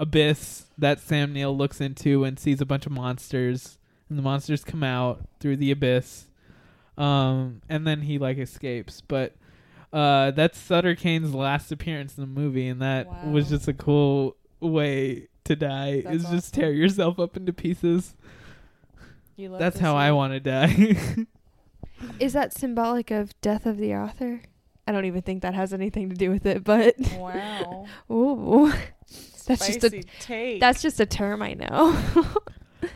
S3: abyss that sam neill looks into and sees a bunch of monsters and the monsters come out through the abyss um and then he like escapes but uh that's sutter kane's last appearance in the movie and that was
S2: Wow.
S3: just a cool way to die
S2: That's
S3: is just tear yourself up into pieces
S2: You love
S3: that's
S2: to
S3: how
S2: see
S3: i
S2: it.
S3: want to die
S1: Is that symbolic of death of the author? I don't even think that has anything to do with it, but
S2: Wow.
S1: ooh, That's just a-
S2: Spicy take.
S1: that's just a term I know.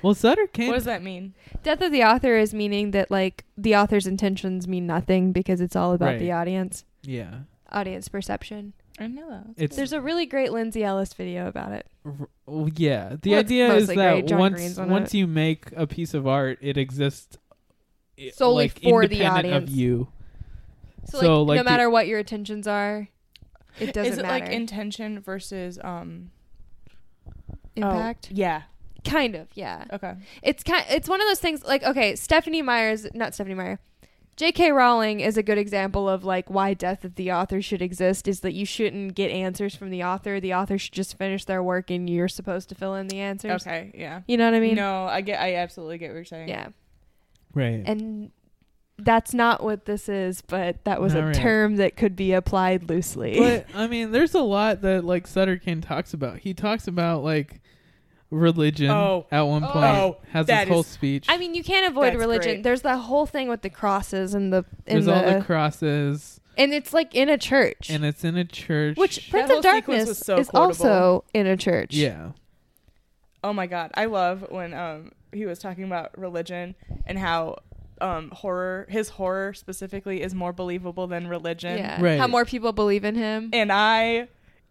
S3: well sutter kane
S2: what does that mean?
S1: Death of the author is meaning that like the author's intentions mean nothing because it's all about the
S3: Right.
S1: audience,
S3: yeah
S1: audience perception.
S2: I didn't know that.
S3: it's
S1: There's a really great Lindsay Ellis video about it.
S3: r- well, yeah the
S1: Well, it's
S3: idea is
S1: mostly
S3: that
S1: great. John
S3: once
S1: Green's on
S3: once you make a piece of art it exists i-
S1: Solely
S3: like,
S1: for the
S3: independent
S1: audience.
S3: of you
S1: So,
S3: So,
S1: like,
S3: like,
S1: no
S3: the-
S1: matter what your intentions are, it doesn't
S2: Is it
S1: matter.
S2: like intention versus um oh,
S1: Impact,
S2: yeah.
S1: kind of, yeah.
S2: Okay.
S1: It's kind. It's one of those things. Like, okay, Stephanie Myers, not Stephanie Meyer. J.K. Rowling is a good example of like why death of the author should exist is that you shouldn't get answers from the author. The author should just finish their work and you're supposed to fill in the answers.
S2: Okay. Yeah.
S1: You know what I mean?
S2: no, I get. I absolutely get what you're saying.
S1: Yeah.
S3: right
S1: And that's not what this is, but that was
S3: Not
S1: a
S3: really.
S1: term that could be applied loosely.
S3: but I mean, there's a lot that like Sutter Kane talks about. He talks about like religion
S2: Oh.
S3: at one
S2: Oh.
S3: point.
S2: Oh,
S3: has
S2: that
S3: this whole
S2: is-
S3: speech.
S1: I mean, you can't avoid
S2: That's
S1: religion.
S2: great.
S1: There's the whole thing with the crosses and the and
S3: there's all
S1: the,
S3: the crosses,
S1: and it's like in a church,
S3: and it's in a church.
S1: which Prince
S2: whole
S1: of
S2: sequence
S1: Darkness
S2: was so
S1: is
S2: quotable.
S1: also in a church.
S3: yeah,
S2: Oh my god, I love when um he was talking about religion and how um horror his horror specifically is more believable than religion.
S1: yeah.
S3: Right.
S1: How more people believe in him.
S2: And I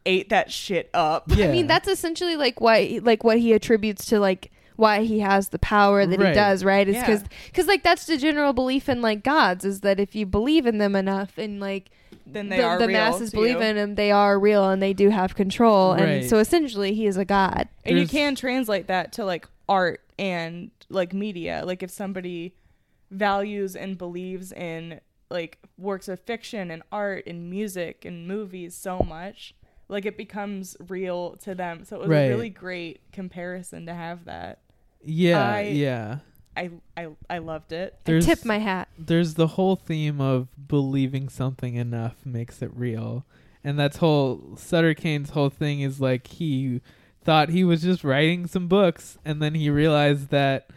S2: ate that shit up.
S3: yeah.
S1: I mean, that's essentially like why, like what he attributes to like why he has the power that
S3: Right.
S1: he does, right? Is
S2: Yeah.
S1: because because like that's the general belief in like gods is that if you believe in them enough and like
S2: Then they
S1: the,
S2: are
S1: the
S2: real
S1: masses
S2: to
S1: believe
S2: you.
S1: in them, they are real and they do have control,
S3: Right.
S1: and so essentially he is a god.
S2: And you
S3: There's-
S2: can translate that to like art and like media. Like if somebody values and believes in like works of fiction and art and music and movies so much, like it becomes real to them. So it was
S3: Right.
S2: a really great comparison to have that.
S3: yeah,
S2: I-
S3: yeah.
S2: I I I loved it.
S1: I
S3: There's
S1: tip my hat.
S3: there's the whole theme of believing something enough makes it real, and that's whole Sutter Kane's whole thing is like he thought he was just writing some books, and then he realized that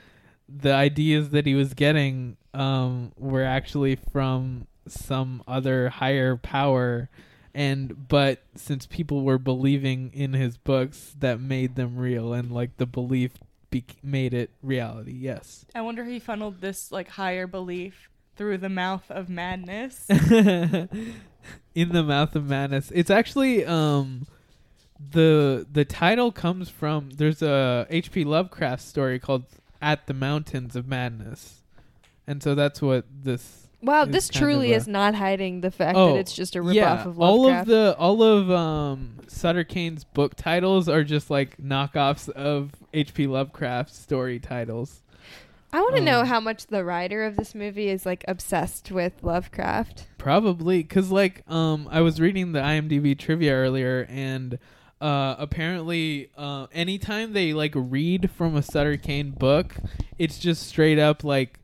S3: the ideas that he was getting um, were actually from some other higher power, and but since people were believing in his books that made them real and like the belief be- made it reality yes
S2: I wonder if he funneled this like higher belief through the mouth of madness.
S3: in the mouth of madness it's actually um the the title comes from there's a hp lovecraft story called at the mountains of madness and so that's what this
S1: Wow,
S3: is
S1: this
S3: kind of
S1: truly
S3: a-
S1: is not hiding the fact
S3: Oh,
S1: that it's just a ripoff
S3: yeah,
S1: of Lovecraft.
S3: all of the all of um, Sutter Kane's book titles are just like knockoffs of H.P. Lovecraft story titles.
S1: I want to
S3: um,
S1: know how much the writer of this movie is like obsessed with Lovecraft.
S3: Probably because like um, I was reading the IMDb trivia earlier, and uh, apparently uh, anytime they like read from a Sutter Kane book, it's just straight up like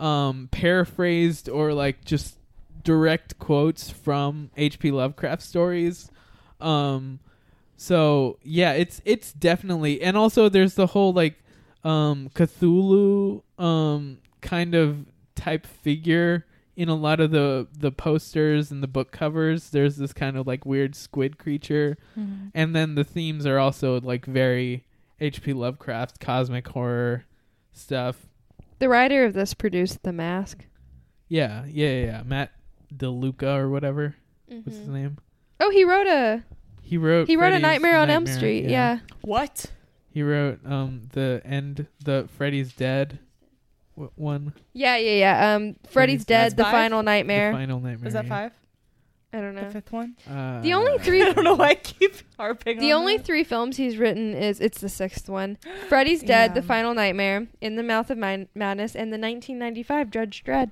S3: um, paraphrased or like just direct quotes from H.P. Lovecraft stories. Um, so yeah, it's it's definitely and also there's the whole like um Cthulhu um kind of type figure in a lot of the the posters and the book covers. There's this kind of like weird squid creature,
S1: Mm-hmm.
S2: Mhm.
S3: and then the themes are also like very H.P. Lovecraft cosmic horror stuff.
S1: The writer of this produced The Mask.
S3: Yeah, yeah, yeah. yeah. Matt DeLuca or whatever. What's his name?
S1: Oh, he wrote a
S3: He wrote.
S1: he wrote a
S3: Oh, Freddy's
S1: Nightmare on Elm Street. Yeah.
S2: What?
S3: He wrote um the end the Freddy's Dead w- one.
S1: yeah, yeah, yeah, Um, Freddy's Dead, The
S2: Five?
S1: Final Nightmare.
S3: The final nightmare.
S2: Is that five?
S1: I don't
S2: The
S1: know.
S2: fifth one?
S3: Uh,
S1: The only three.
S2: I don't know why I keep harping.
S1: The
S2: on
S1: only
S2: that.
S1: three films he's written is it's the sixth one, Freddy's Dead, The
S2: Yeah.
S1: Final Nightmare, In the Mouth of Min- Madness, and the 1995 Judge Dredd.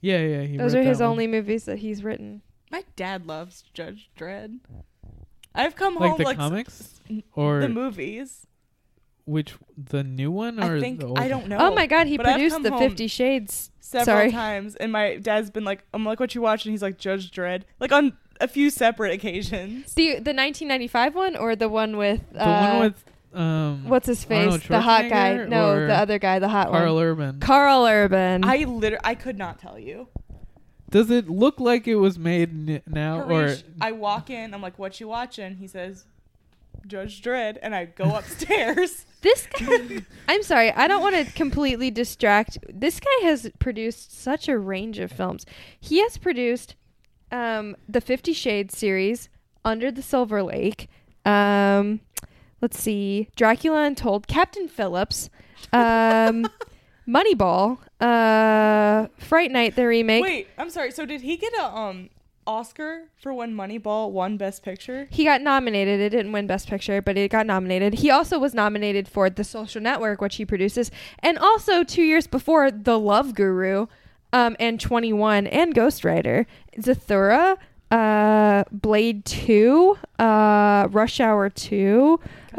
S3: Yeah, yeah. He
S1: Those
S3: wrote
S1: are
S3: that
S1: his
S3: one.
S1: only movies that he's written.
S2: My dad loves Judge Dredd. I've come
S3: like
S2: home
S3: the
S2: like s-
S3: comics or
S2: the movies.
S3: which the new one or
S2: I think
S3: the old
S2: I don't know.
S1: oh my God, he
S2: but I've
S1: produced
S2: come
S1: the
S2: home
S1: Fifty Shades.
S2: several
S1: Sorry.
S2: times, and my dad's been like, "I'm like, what you watching?" He's like, "Judge Dredd," like on a few separate occasions.
S1: The the 1995 one or the one with
S3: the
S1: uh,
S3: one with um
S1: what's his face
S3: Arnold
S1: the hot guy
S3: Schwarzenegger
S1: no
S3: or
S1: the other guy the hot
S3: Carl
S1: one
S3: Urban.
S1: Carl Urban
S2: I literally, I could not tell you.
S3: Does it look like it was made n- now
S2: Harish,
S3: or
S2: I walk in, I'm like, "What you watching?" He says, "Judge Dredd," and I go upstairs.
S1: this guy I'm sorry I don't want to completely distract this guy has produced such a range of films he has produced um the 50 Shades series Under the Silver Lake um let's see Dracula Untold Captain Phillips um Moneyball uh Fright Night the remake
S2: Wait, I'm sorry. So did he get a um Oscar for when Moneyball won Best Picture?
S1: He got nominated. It didn't win Best Picture, but it got nominated. He also was nominated for The Social Network, which he produces, and also two years before The Love Guru, um, and Twenty One, and Ghostwriter, Zathura, uh, Blade Two, uh, Rush Hour Two,
S2: God,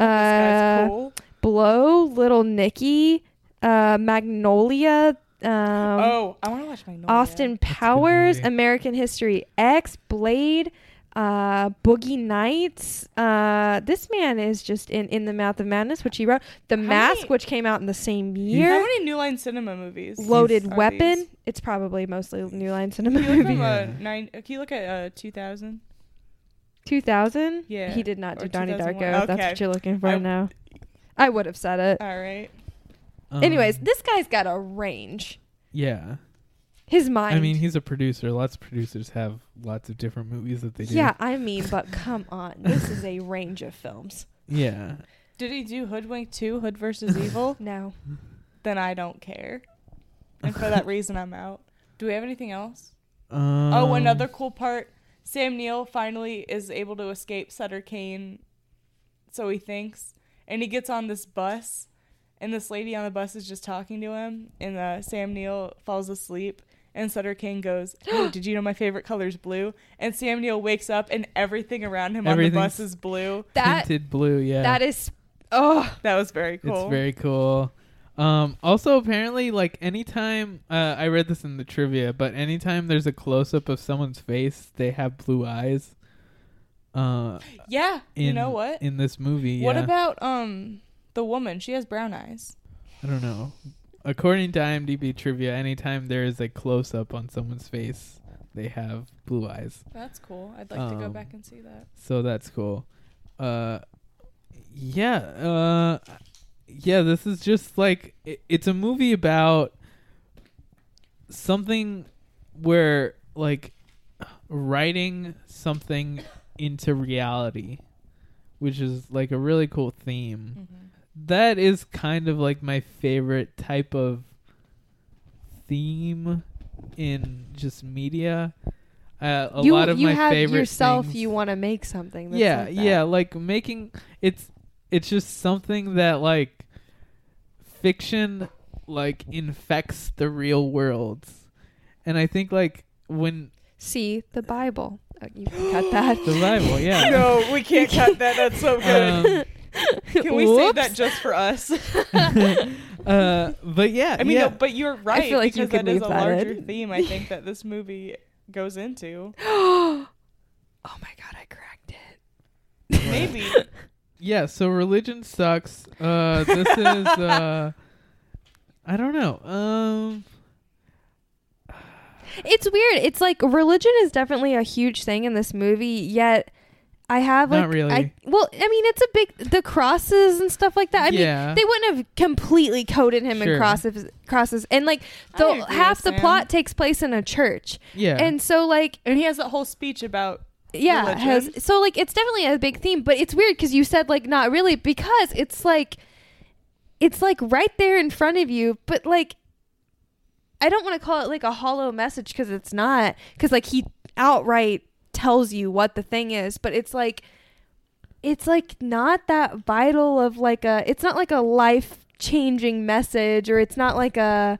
S1: uh,
S2: this guy's cool.
S1: Blow, Little Nicky, uh, Magnolia. Um,
S2: oh, I want to watch Magnolia.
S1: Austin Powers,
S3: movie.
S1: American History X, Blade, uh, Boogie Nights. Uh, this man is just in In the Mouth of Madness, which he wrote. The
S2: How
S1: Mask,
S2: many-
S1: which came out in the same
S2: How
S1: year.
S2: many New Line Cinema movies?
S1: Loaded
S2: are
S1: Weapon.
S2: these?
S1: It's probably mostly New Line Cinema
S2: Can you look from
S1: movie.
S2: uh,
S3: Yeah.
S2: nine? Can you look at uh, two thousand?
S1: 2000.
S2: Yeah.
S1: He did not
S2: Or
S1: do Donnie Darko.
S2: 2001.
S1: if That's
S2: Okay.
S1: what you're looking for
S2: I-
S1: now. I would have said it.
S2: All right.
S3: um,
S1: Anyways, this guy's got a range.
S3: yeah.
S1: His mind.
S3: I mean, he's a producer. Lots of producers have lots of different movies that they do.
S1: yeah, I mean, but come on. This is a range of films.
S3: Yeah.
S2: Did he do Hoodwink Two, Hood versus Evil?
S1: No.
S2: then I don't care, and for that reason, I'm out. Do we have anything else?
S3: Um,
S2: oh, another cool part. Sam Neill finally is able to escape Sutter Kane, so he thinks, and he gets on this bus, and this lady on the bus is just talking to him, and uh, Sam Neill falls asleep, and Sutter Kane goes, "Hey, did you know my favorite color is blue?" And Sam Neill wakes up, and everything around him on the
S3: Everything's-
S2: bus is blue.
S1: That
S3: tinted blue. Yeah.
S1: That is oh
S2: That was very cool.
S3: It's very cool. Um, also, apparently, like anytime uh, I read this in the trivia, but anytime there's a close up of someone's face, they have blue eyes. Uh,
S2: yeah.
S3: in,
S2: you know what?
S3: In uh, this movie,
S2: What
S3: yeah.
S2: about um the woman? She has brown eyes.
S3: I don't know. According to IMDb trivia, anytime there is a close up on someone's face, they have blue eyes.
S2: That's cool. I'd like to go
S3: Um,
S2: back and see that.
S3: So that's cool. Uh, yeah. Uh, yeah. This is just like i it's a movie about something where like writing something into reality, which is like a really cool theme.
S1: Mm-hmm.
S3: That is kind of like my favorite type of theme in just media. Uh, a
S1: you,
S3: lot of
S1: you
S3: my
S1: have
S3: favorite
S1: yourself.
S3: things-
S1: You want to make something. That's
S3: yeah
S1: like that.
S3: yeah like making it's it's just something that like fiction like infects the real world and i think like when
S1: See the Bible. Oh, you can cut that.
S3: the bible yeah
S2: No, we can't cut that. That's so good.
S3: Um,
S2: Can we save that
S1: Whoops.
S2: just for us?
S3: uh but yeah
S2: I mean,
S3: yeah.
S2: no, but you're right
S1: feel like you
S2: because
S1: could
S2: that is
S1: leave
S2: a
S1: that
S2: larger
S1: in.
S2: theme. I think that this movie goes into
S1: oh my god, I cracked it.
S2: maybe.
S3: yeah so religion sucks uh this is uh i don't know um
S1: It's weird. It's like religion is definitely a huge thing in this movie, yet I have like
S3: Not really.
S1: I, well, I mean, it's a big the crosses and stuff like that. I
S3: Yeah.
S1: mean, they wouldn't have completely coded him
S3: Sure.
S1: in crosses, crosses, and like
S2: I
S1: the
S2: agree with
S1: half the
S2: Sam.
S1: plot takes place in a church,
S3: yeah
S1: and so like
S2: And he has that whole speech about
S1: yeah it has,
S2: religion.
S1: so like it's definitely a big theme but it's weird because you said like not really because it's like it's like right there in front of you but like i don't want to call it like a hollow message because it's not because like he outright tells you what the thing is but it's like it's like not that vital of like a it's not like a life changing message or it's not like a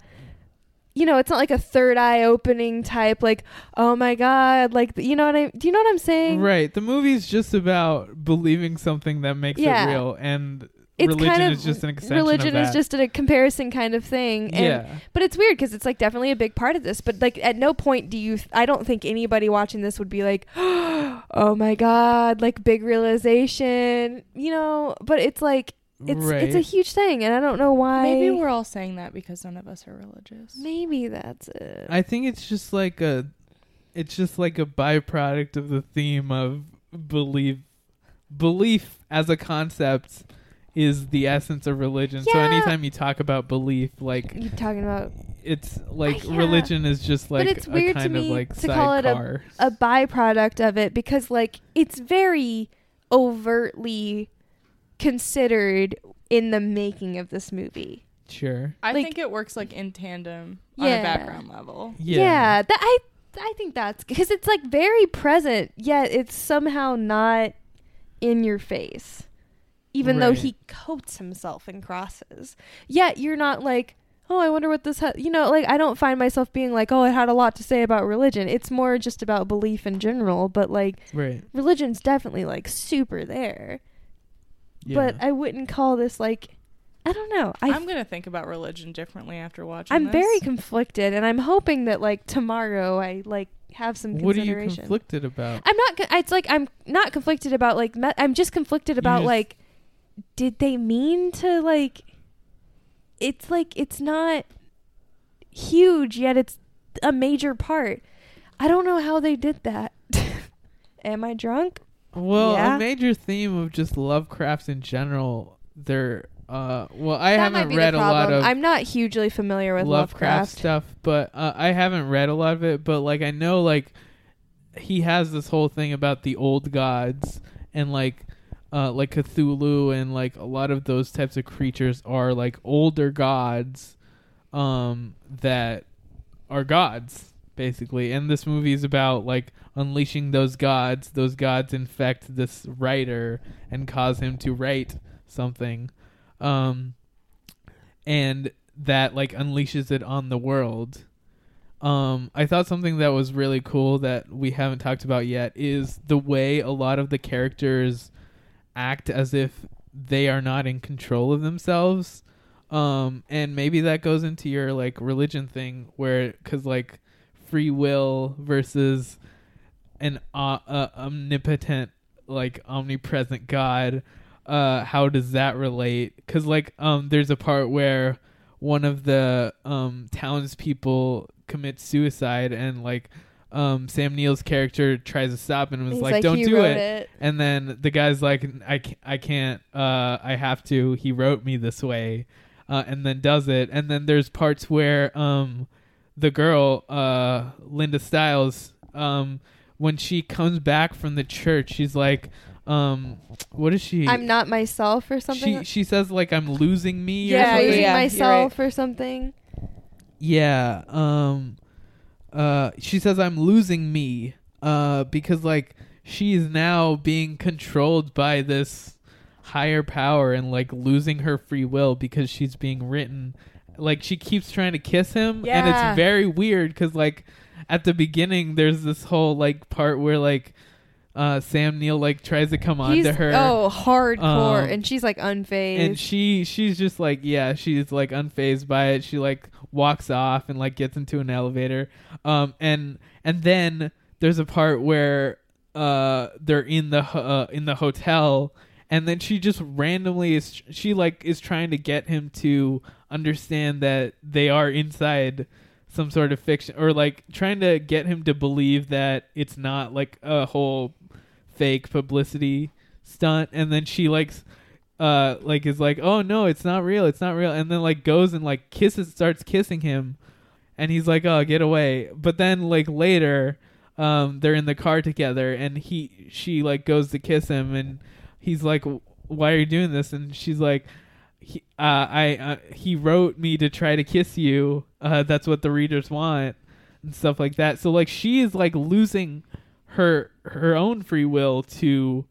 S1: you know it's not like a third eye opening type like oh my god like you know what i do you know what i'm saying
S3: Right. The movie's just about believing something that makes
S1: Yeah.
S3: it real, and
S1: it's
S3: religion
S1: kind of
S3: is just an extension.
S1: religion
S3: of that.
S1: is just a comparison kind of thing and,
S3: Yeah.
S1: but it's weird because it's like definitely a big part of this but like at no point do you i don't think anybody watching this would be like oh my god like big realization you know but it's like it's it's a
S3: Right.
S1: huge thing and i don't know why
S2: maybe we're all saying that because none of us are religious.
S1: maybe that's it
S3: I think it's just like a, it's just like a byproduct of the theme of belief. Belief as a concept is the essence of religion. So
S1: Yeah.
S3: anytime you talk about belief, like
S1: you talking about
S3: it's like
S1: Uh, yeah.
S3: religion is just like
S1: but it's
S3: a
S1: weird
S3: kind
S1: to me
S3: of like
S1: to call it a,
S3: sidecar.
S1: a byproduct of it because like it's very overtly considered in the making of this movie
S3: sure.
S2: I
S1: Like-
S2: think it works like in tandem on
S1: Yeah.
S2: a background level.
S1: yeah, that i i think that's because it's like very present yet it's somehow not in your face even though
S3: Right.
S1: he coats himself in crosses yet you're not like oh i wonder what this ha-. you know like i don't find myself being like oh it had a lot to say about religion it's more just about belief in general but like
S3: Right.
S1: religion's definitely like super there
S3: Yeah.
S1: but i wouldn't call this like i don't know I,
S2: I'm gonna think about religion differently after watching.
S1: i'm
S2: this.
S1: very conflicted and i'm hoping that like tomorrow i like have some
S3: what are you
S1: consideration
S3: conflicted about?
S1: i'm not con- it's like i'm not conflicted about like me- i'm just conflicted
S3: You
S1: about
S3: just-
S1: like did they mean to like it's like it's not huge yet it's a major part i don't know how they did that am i drunk
S3: Well,
S1: Yeah.
S3: a major theme of just Lovecraft in general, there. Uh, well, I
S1: that might
S3: haven't
S1: be
S3: read
S1: the
S3: a lot
S1: problem.
S3: of
S1: I'm not hugely familiar with
S3: Lovecraft
S1: Lovecraft.
S3: stuff, but uh, I haven't read a lot of it. But like, I know like he has this whole thing about the old gods and like. Uh, like Cthulhu and like a lot of those types of creatures are like older gods um that are gods basically and this movie is about like unleashing those gods those gods infect this writer and cause him to write something um and that like unleashes it on the world um i thought something that was really cool that we haven't talked about yet is the way a lot of the characters act as if they are not in control of themselves um and maybe that goes into your like religion thing where cuz like free will versus an uh, uh, omnipotent like omnipresent god uh how does that relate cuz like um there's a part where one of the um townspeople commits suicide and like uh, um, Sam Neill's character tries to stop and was
S1: He's
S3: like,
S1: like,
S3: "Don't
S1: "You
S3: do
S1: wrote
S3: it.
S1: it.
S3: And then the guy's like, "I can't, I can't, uh, I have to. He wrote me this way," uh, and then does it. And then there's parts where um, the girl, uh, Linda Stiles, um, when she comes back from the church, she's like, um, "What is she?"
S1: I'm not myself or something.
S3: She she says like, "I'm losing me." or
S1: yeah,
S3: something.
S1: losing
S2: Yeah, you're
S1: myself or something.
S3: Yeah. Um uh she says I'm losing me uh because like she is now being controlled by this higher power and like losing her free will because she's being written like she keeps trying to kiss him and
S2: Yeah.
S3: it's very weird cuz like at the beginning there's this whole like part where like uh Sam Neill like tries to come on
S1: He's
S3: to her
S1: oh hardcore,
S3: Um,
S1: and she's like unfazed.
S3: and she she's just like yeah she's like unfazed by it she like walks off and like gets into an elevator um and and then there's a part where uh they're in the ho- uh, in the hotel and then she just randomly is she like is trying to get him to understand that they are inside some sort of fiction or like trying to get him to believe that it's not like a whole fake publicity stunt and then she like s- uh like is like oh no it's not real it's not real and then like goes and like kisses starts kissing him and he's like oh get away but then like later um they're in the car together and he she like goes to kiss him and he's like why are you doing this and she's like he, uh, I uh, he wrote me to try to kiss you. Uh, that's what the readers want and stuff like that. So like she is like losing her her own free will to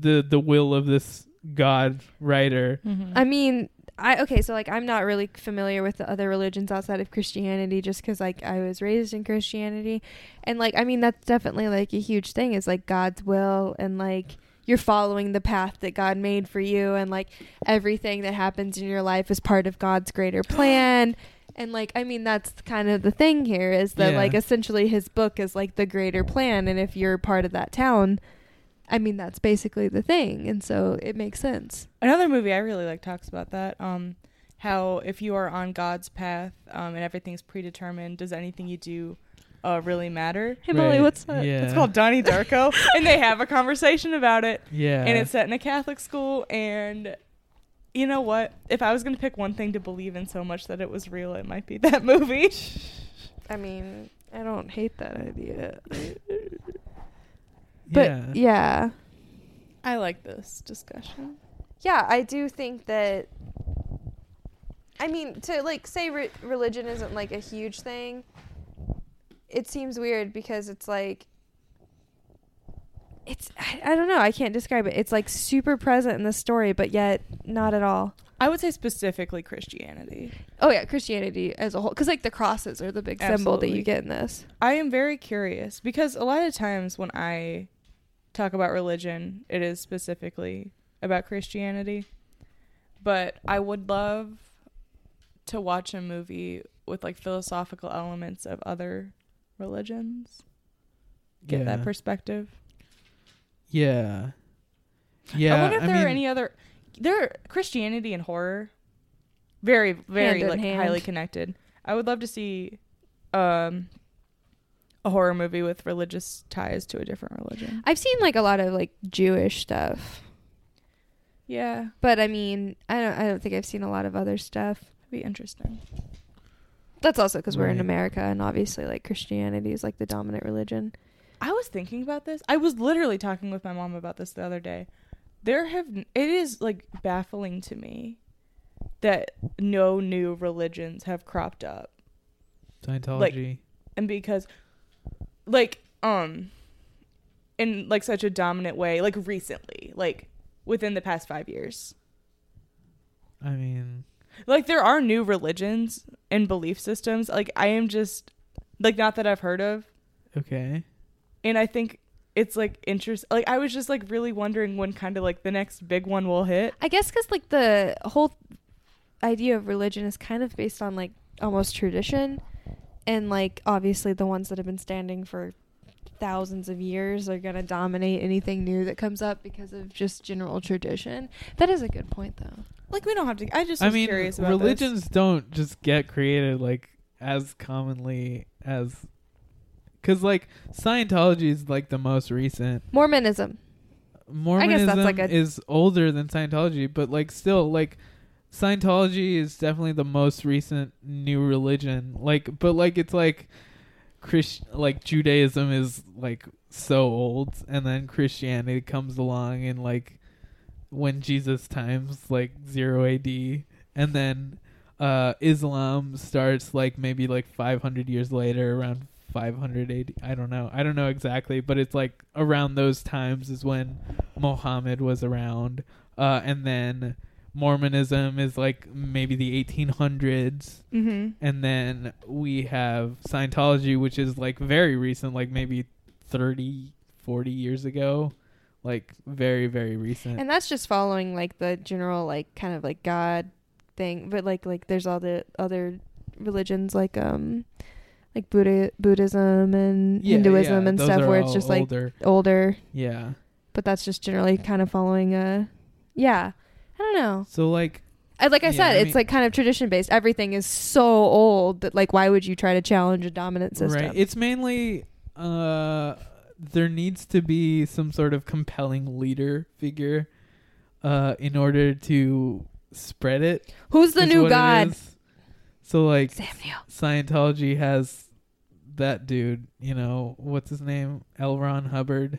S3: the the will of this god writer.
S1: I mean, I okay, so like I'm not really familiar with the other religions outside of Christianity just cuz like I was raised in Christianity and like I mean that's definitely like a huge thing is like God's will and like you're following the path that God made for you and like everything that happens in your life is part of God's greater plan. And like I mean that's kind of the thing here is that
S3: Yeah.
S1: like essentially his book is like the greater plan and if you're part of that town I mean that's basically the thing and so it makes sense.
S2: Another movie I really like talks about that. Um, how if you are on God's path um, and everything's predetermined, does anything you do uh, really matter?
S1: Hey Molly,
S3: Right,
S1: what's that?
S3: Yeah.
S2: It's called Donnie Darko, and they have a conversation about it.
S3: Yeah.
S2: And it's set in a Catholic school, and you know what? If I was going to pick one thing to believe in so much that it was real, it might be that movie.
S1: I mean, I don't hate that idea.
S3: yeah.
S1: But yeah.
S2: I like this discussion.
S1: Yeah, I do think that I mean, to like say re- religion isn't like a huge thing, it seems weird because it's like it's I, I don't know, I can't describe it. It's like super present in the story, but yet not at all.
S2: I would say specifically Christianity.
S1: Oh yeah, Christianity as a whole cuz like the crosses are the big symbol that
S2: Absolutely.
S1: you get in this.
S2: I am very curious because a lot of times when I talk about religion, it is specifically about Christianity. But I would love to watch a movie with like philosophical elements of other religions. Get that
S3: Yeah.
S2: perspective.
S3: Yeah. Yeah.
S2: I wonder if there are
S3: mean,
S2: any other there Christianity and horror very very
S1: Hand in
S2: like
S1: hand.
S2: highly connected. I would love to see um a horror movie with religious ties to a different religion.
S1: I've seen like a lot of like Jewish stuff.
S2: Yeah, that'd
S1: But I mean, I don't. I don't think I've seen a lot of other stuff.
S2: be interesting.
S1: That's also because we're in
S3: Right.
S1: America, and obviously, like Christianity is like the dominant religion.
S2: I was thinking about this. I was literally talking with my mom about this the other day. There have it is like baffling to me that no new religions have cropped up.
S3: Scientology.
S2: and because like um in like such a dominant way like recently like within the past 5 years
S3: I mean,
S2: like there are new religions and belief systems like i am just like not that i've heard of
S3: okay.
S2: and i think it's like interest like i was just like really wondering when kind of like the next big one will hit
S1: I guess because like the whole idea of religion is kind of based on like almost tradition, and like obviously the ones that have been standing for thousands of years are gonna dominate anything new that comes up because of just general tradition. That is a good point, though.
S2: like we don't have to i just
S3: I
S2: was
S3: mean,
S2: curious about this.
S3: religions don't just get created like as commonly as Because like Scientology is like the most recent.
S1: Mormonism.
S3: Mormonism
S1: that's like a-
S3: is older than Scientology, but like still like Scientology is definitely the most recent new religion. Like, but like it's like Christ like Judaism is like so old, and then Christianity comes along in like when Jesus times like zero A.D. and then uh Islam starts like maybe like 500 years later around 500 AD. I don't know. I don't know exactly, but it's like around those times is when Mohammed was around. Uh, and then Mormonism is like maybe the 1800s.
S2: Mhm.
S3: And then we have Scientology, which is like very recent, like maybe 30, 40 years ago. Like very, very recent.
S1: And that's just following like the general like kind of like God thing, but like like there's all the other religions like um like Buddha Buddhism and
S3: Yeah,
S1: Hinduism
S3: yeah,
S1: and
S3: those
S1: stuff
S3: are
S1: where it's
S3: all
S1: just
S3: older.
S1: like older.
S3: Yeah.
S1: But that's just generally kind of following a yeah. I don't know.
S3: So like
S1: I, like I
S3: Yeah,
S1: said,
S3: I
S1: it's
S3: mean-
S1: like kind of tradition based. Everything is so old that like why would you try to challenge a dominant system?
S3: Right. It's mainly uh there needs to be some sort of compelling leader figure uh in order to spread it.
S1: Who's the
S3: is
S1: new
S3: what it
S1: god?
S3: is. So like Scientology has that dude, you know, what's his name? L. Ron Hubbard.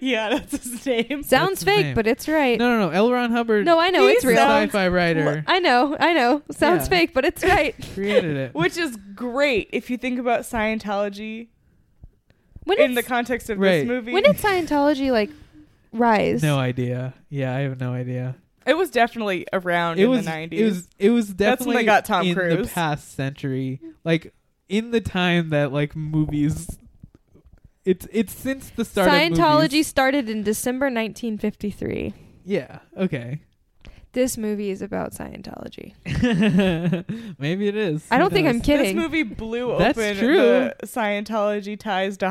S2: yeah, that's his name.
S1: Sounds
S3: his
S1: fake,
S3: name.
S1: but it's right.
S3: No, no, no. L. Ron Hubbard.
S1: No, I know it's real.
S3: Sci-fi writer
S1: I know, I know. Sounds
S3: Yeah.
S1: fake, but it's right.
S3: created it.
S2: Which is great if you think about Scientology
S1: When
S2: in
S1: did
S2: the context of
S3: Right.
S2: this movie.
S1: when did Scientology like rise?
S3: No idea. Yeah, I have no idea.
S2: it was definitely around
S3: it
S2: in
S3: was
S2: the 90s.
S3: it was it was
S2: That's when
S3: definitely
S2: they got Tom
S3: in
S2: Cruise.
S3: the past century like in the time that like movies it's it's since the start of
S1: Scientology
S3: movies.
S1: started in December 1953.
S3: yeah okay
S1: This movie is about Scientology.
S3: maybe it is
S1: I
S3: Who
S1: don't think I'm
S3: knows?
S1: kidding.
S2: This movie blew
S3: That's
S2: open
S3: true.
S2: the Scientology ties to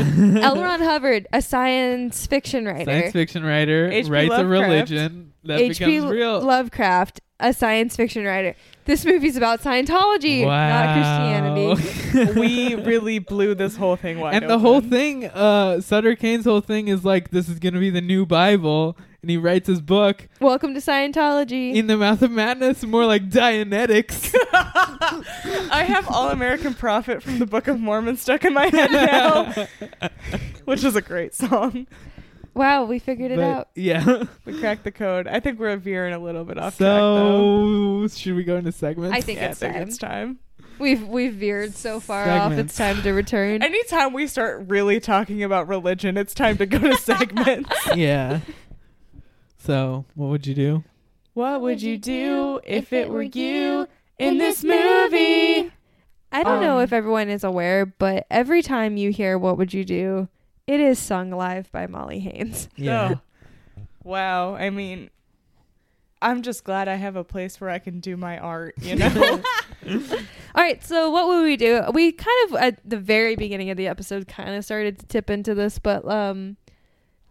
S1: L. Ron Hubbard, a science fiction writer.
S3: science fiction writer
S2: H.P.
S3: writes a
S2: Lovecraft.
S3: religion that
S1: H.P.
S3: becomes real
S1: Lovecraft, a science fiction writer. This movie's about Scientology, not
S3: Wow.
S1: Christianity.
S2: we really blew this whole thing wide
S3: and the
S2: open.
S3: whole thing uh Sutter Kane's whole thing is like this is going to be the new bible and he writes his book
S1: Welcome to Scientology.
S3: in the mouth of madness more like Dianetics
S2: I have All American Prophet from the Book of Mormon stuck in my head now, which is a great song.
S1: wow, we figured it
S3: But,
S1: out.
S3: Yeah.
S2: We cracked the code. I think we're veering a little bit off track though.
S3: so should we go into segments?
S1: I think
S2: Yeah, I
S1: it's
S2: think
S1: time.
S2: it's time.
S1: We've we've veered so far off.
S3: Segments.
S1: It's time to return.
S2: Anytime we start really talking about religion, it's time to go to segments.
S3: yeah. So what would you do?
S2: What would you do if it were you in
S1: in
S2: this
S1: this
S2: movie?
S1: movie? I don't know
S2: Um,
S1: if everyone is aware, but every time you hear "What Would You Do," it is sung live by Molly Haynes.
S2: Oh. Wow. I mean, I'm just glad I have a place where I can do my art, you know?
S1: All right, so what would we do? We kind of at the very beginning of the episode kind of started to tip into this, but um,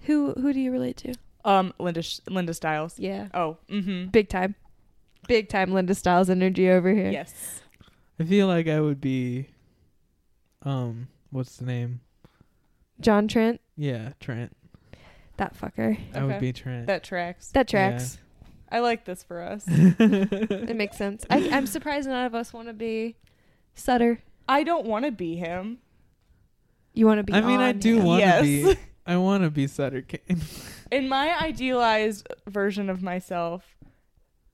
S1: who who do you relate to?
S2: um, Linda, Sh- Linda Styles.
S1: Yeah,
S2: Oh, mm-hmm.
S1: big time, big time Linda Styles energy over here.
S2: Yes.
S3: I feel like I would be um what's the name?
S1: John Trent,
S3: Yeah, Trent.
S1: that fucker,
S3: I would
S2: Okay.
S3: be Trent.
S2: That tracks.
S1: that tracks.
S2: I like this for us.
S1: It makes sense. I, I'm surprised none of us want to be Sutter.
S2: I don't want to be him.
S1: You want to be?
S3: I mean I
S1: on
S3: do
S1: him.
S3: want to
S2: Yes.
S3: be I want to be Sutter Kane.
S2: In my idealized version of myself,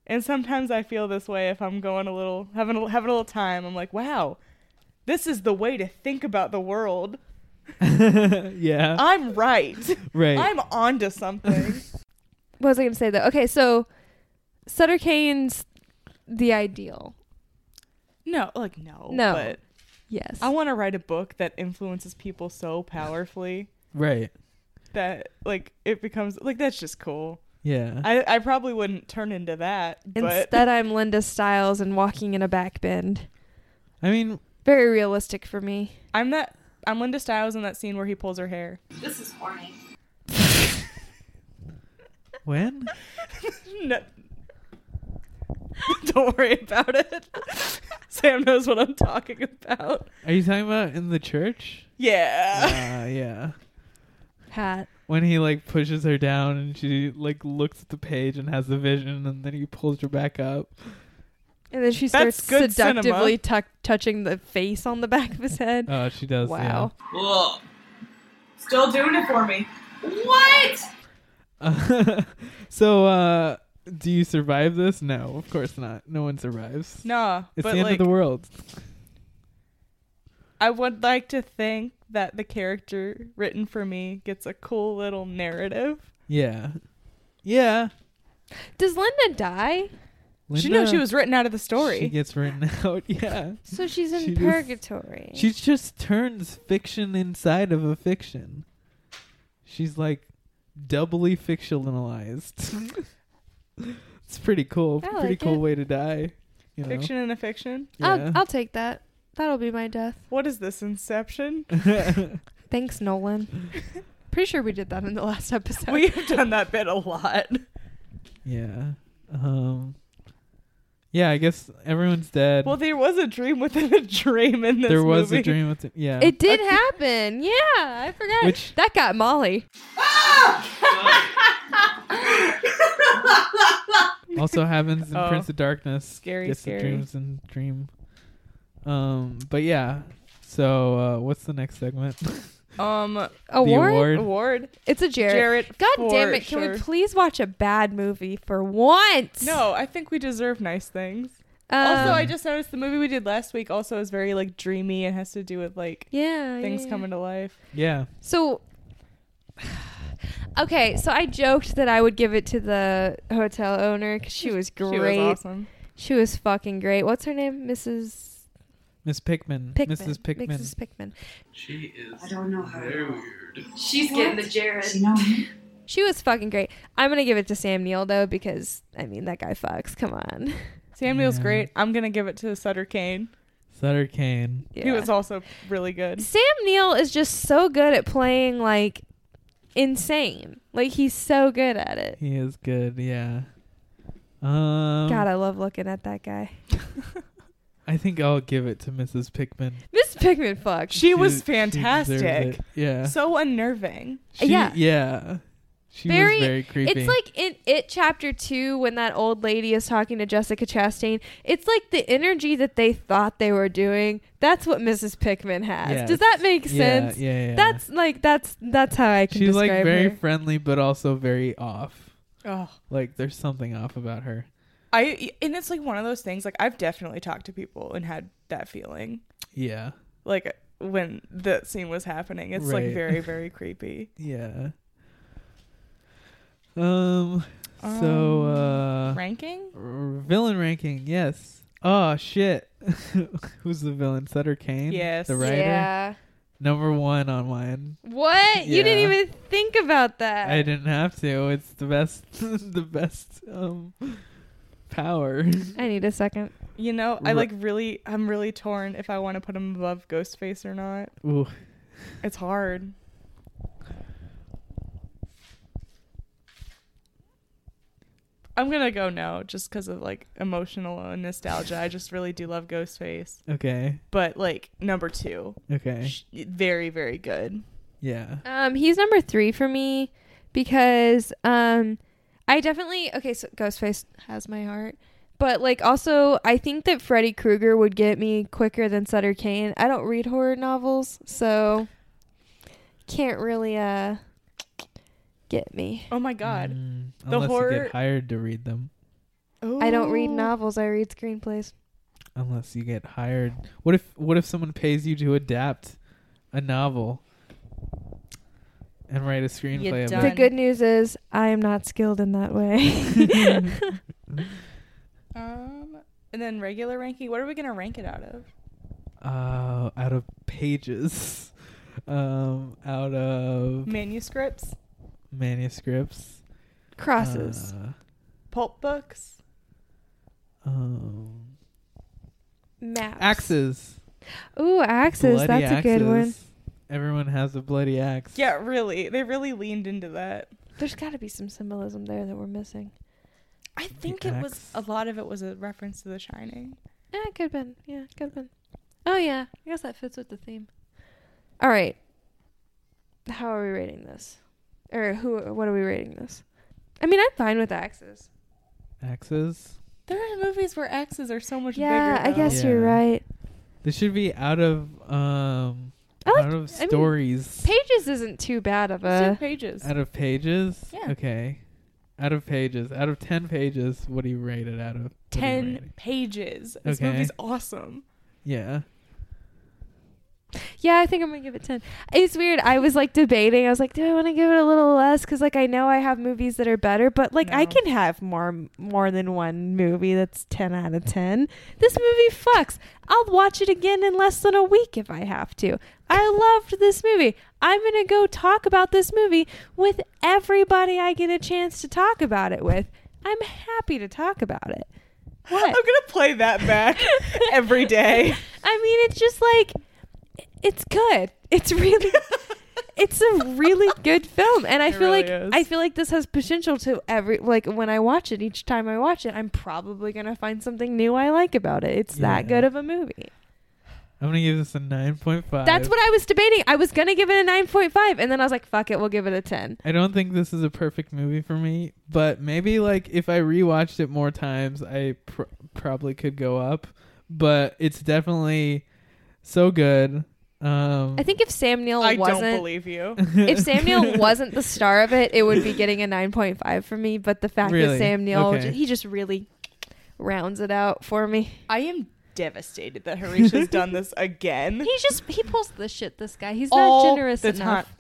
S2: and sometimes I feel this way if I'm going a little having a, having a little time. I'm like, wow, this is the way to think about the world.
S3: yeah.
S2: I'm right.
S3: right.
S2: I'm onto something.
S1: what was I going to say though? Okay, so Sutter Kane's the ideal.
S2: no, like no,
S1: No.
S2: But
S1: Yes.
S2: I want to write a book that influences people so powerfully
S3: right.
S2: that like it becomes like that's just cool.
S3: Yeah.
S2: I I probably wouldn't turn into that, but
S1: Instead, I'm Linda Styles and walking in a back bend.
S3: I mean
S1: Very realistic for me.
S2: I'm that I'm Linda Styles in that scene where he pulls her hair.
S10: This is horny.
S3: when?
S2: No. Don't worry about it. Sam knows what I'm talking about.
S3: Are you talking about in the church?
S2: Yeah.
S3: Uh, yeah.
S2: Hat.
S3: When he like pushes her down and she like looks at the page and has the vision and then he pulls her back up.
S1: And then she
S2: That's
S1: starts
S2: good cinema.
S1: seductively tuck touching the face on the back of his head.
S3: Oh, she does.
S1: wow.
S6: Ugh. Still doing it for me. What?
S3: yeah. so, uh, do you survive this? No, of course not. No one survives.
S2: Nah,
S3: It's
S2: but
S3: the end
S2: like,
S3: of the world.
S2: I would like to think that the character written for me gets a cool little narrative.
S3: Yeah. Yeah.
S1: Does Linda die?
S2: She
S3: Linda-
S2: knew she was written out of the story.
S3: She gets written out. Yeah.
S1: So she's in
S3: She just-
S1: purgatory.
S3: She just turns fiction inside of a fiction. She's like doubly fictionalized. it's pretty cool.
S1: I
S3: pretty
S1: like
S3: cool
S1: it.
S3: way to die. You know?
S2: Fiction and a fiction.
S3: Yeah.
S1: I'll, I'll take that. That'll be my death.
S2: What is this, Inception?
S1: Thanks, Nolan. Pretty sure we did that in the last episode.
S2: we have done that bit a lot.
S3: yeah. Um. Yeah, I guess everyone's dead.
S2: Well, there was a dream within a dream in this
S3: there was
S2: movie.
S3: a dream with it. Yeah.
S1: it did happen. Yeah, I forgot.
S3: Which-
S1: that got Molly.
S3: also happens in
S2: Oh.
S3: Prince of Darkness.
S2: Scary,
S3: Gets the
S2: scary.
S3: dreams and dream. Um. But yeah. So uh, what's the next segment?
S2: Um,
S1: Award?
S3: award?
S2: award.
S1: It's a Jared.
S2: Jared,
S1: God
S2: for
S1: damn it! Can
S2: sure.
S1: we please watch a bad movie for once?
S2: No, I think we deserve nice things.
S1: Um,
S2: also, I just noticed the movie we did last week also is very like dreamy and has to do with like
S1: yeah
S2: things
S1: yeah.
S2: coming to life.
S3: yeah.
S1: So, okay, so I joked that I would give it to the hotel owner because she was great.
S2: She was awesome.
S1: She was fucking great. What's her name? Mrs.
S3: Miss Pickman.
S1: Pickman.
S3: Mrs. Pickman.
S1: Mrs. Pickman.
S11: She is
S10: I don't know her.
S11: very weird.
S10: She's getting the Jared.
S1: She was fucking great. I'm gonna give it to Sam Neill though because I mean that guy fucks. Come on.
S2: Samuel's
S3: Yeah.
S2: great. I'm gonna give it to Sutter Kane.
S3: Sutter Kane.
S2: He
S1: Yeah.
S2: was also really good.
S1: Sam Neill is just so good at playing like insane. Like he's so good at it.
S3: He is good, yeah. Um,
S1: God, I love looking at that guy.
S3: I think I'll give it to Mrs. Pickman.
S1: Miss Pickman fucks.
S2: She was
S3: deserves it.
S2: fantastic.
S3: yeah.
S2: So unnerving.
S3: She-
S1: Yeah.
S3: Yeah. She
S1: Very-
S3: was very creepy.
S1: It's like in it chapter two when that old lady is talking to Jessica Chastain. It's like the energy that they thought they were doing. That's what Mrs. Pickman has.
S3: Yes.
S1: Does that make
S3: yeah,
S1: sense?
S3: yeah, yeah.
S1: That's like that's that's how I can
S3: she's like
S1: describe
S3: very
S1: her.
S3: friendly, but also very off.
S2: Oh.
S3: Like there's something off about her.
S2: I and it's like one of those things like I've definitely talked to people and had that feeling.
S3: Yeah,
S2: Like when that scene was happening. It's
S3: Right.
S2: like very, very creepy.
S3: yeah. Um. so
S2: Um,
S3: uh,
S2: Ranking?
S3: r- villain ranking. Yes. Oh shit. Who's the villain? Sutter Kane.
S2: Yes.
S3: The writer.
S1: Yeah.
S3: Number one on mine.
S1: What? You didn't
S3: Yeah.
S1: even think about that.
S3: I didn't have to. It's the best. the best um power.
S1: I need a second.
S2: You know, I
S3: Ru-
S2: like really I'm really torn if I want to put him above Ghostface or not.
S3: Ooh.
S2: It's hard. I'm gonna go no, just because of like emotional nostalgia. I just really do love Ghostface,
S3: Okay.
S2: but like number two,
S3: Okay.
S2: sh- very very good.
S3: Yeah.
S1: Um, he's number three for me because um, I definitely okay. So Ghostface has my heart, but like also I think that Freddy Krueger would get me quicker than Sutter Kane. I don't read horror novels, so can't really uh get me.
S2: Oh my god,
S3: Mm,
S2: The
S3: unless you
S2: horror-
S3: get hired to read them.
S2: Oh.
S1: I don't read
S2: Ooh.
S1: novels. I read screenplays.
S3: Unless you get hired. What if What if someone pays you to adapt a novel and write a screenplay of
S1: The
S2: done.
S3: it?
S1: good news is I am not skilled in that way.
S2: Um, and then regular ranking. What are we gonna rank it out of?
S3: Uh, out of pages. Um, out of
S2: Manuscripts,
S3: manuscripts.
S1: Crosses.
S3: Uh,
S2: pulp books.
S3: um,
S1: Maps.
S3: axes.
S1: Ooh, axes.
S3: Bloody
S1: That's a good one.
S3: axes. Everyone has a bloody axe.
S2: Yeah, really, they really leaned into that.
S1: There's got to be some symbolism there that we're missing.
S2: I think it was
S3: axe.
S2: a lot of it was a reference to The Shining.
S1: Yeah, it could have been. Yeah, it could have been. Oh yeah, I guess that fits with the theme. All right. How are we rating this? Or who? What are we rating this? I mean, I'm fine with axes.
S3: Axes.
S2: There are movies where axes are so much
S1: Yeah, I
S2: bigger. though.
S1: guess you're
S3: Yeah.
S1: right.
S3: This should be out of um
S1: I like-
S3: out of
S1: I mean,
S3: stories.
S1: Pages isn't too bad of
S2: Let's do
S1: a.
S2: pages.
S3: out of pages.
S2: Yeah.
S3: Okay. Out of pages. Out of ten pages, what do you rate it out of? What do you rate it?
S2: Ten pages. This
S3: Okay.
S2: movie's awesome.
S3: Yeah.
S1: Yeah, I think I'm gonna give it ten. It's weird. I was like debating. I was like, do I want to give it a little less? Because like I know I have movies that are better, but like I
S2: No.
S1: can have more more than one movie that's ten out of ten. This movie fucks. I'll watch it again in less than a week if I have to. I loved this movie. I'm gonna go talk about this movie with everybody I get a chance to talk about it with. I'm happy to talk about it. What?
S2: I'm gonna play that back every day.
S1: I mean, it's just like it's good. It's really it's a really good film and I
S2: It
S1: feel like
S2: really is.
S1: I feel like this has potential to every like when I watch it each time I watch it, I'm probably going to find something new I like about it. It's
S3: Yeah.
S1: that good of a movie.
S3: I'm gonna give this a nine point five.
S1: That's what I was debating. I was going to give it a 9.5 and then I was like, fuck it, we'll give it a 10.
S3: I don't think this is a perfect movie for me, but maybe like if I rewatched it more times, I pr- probably could go up. But it's definitely so good. Um,
S1: I think if Sam Neill
S2: I don't
S1: wasn't
S2: believe you.
S1: if Sam Neill wasn't the star of it, it would be getting a 9.5 for me, but the fact
S3: Really?
S1: that Sam Neill
S3: Okay.
S1: ju- he just really rounds it out for me.
S2: I am devastated that Harish has done this again.
S1: He's just he pulls the shit. This guy, he's
S2: All
S1: not generous
S2: the
S1: enough.
S2: time.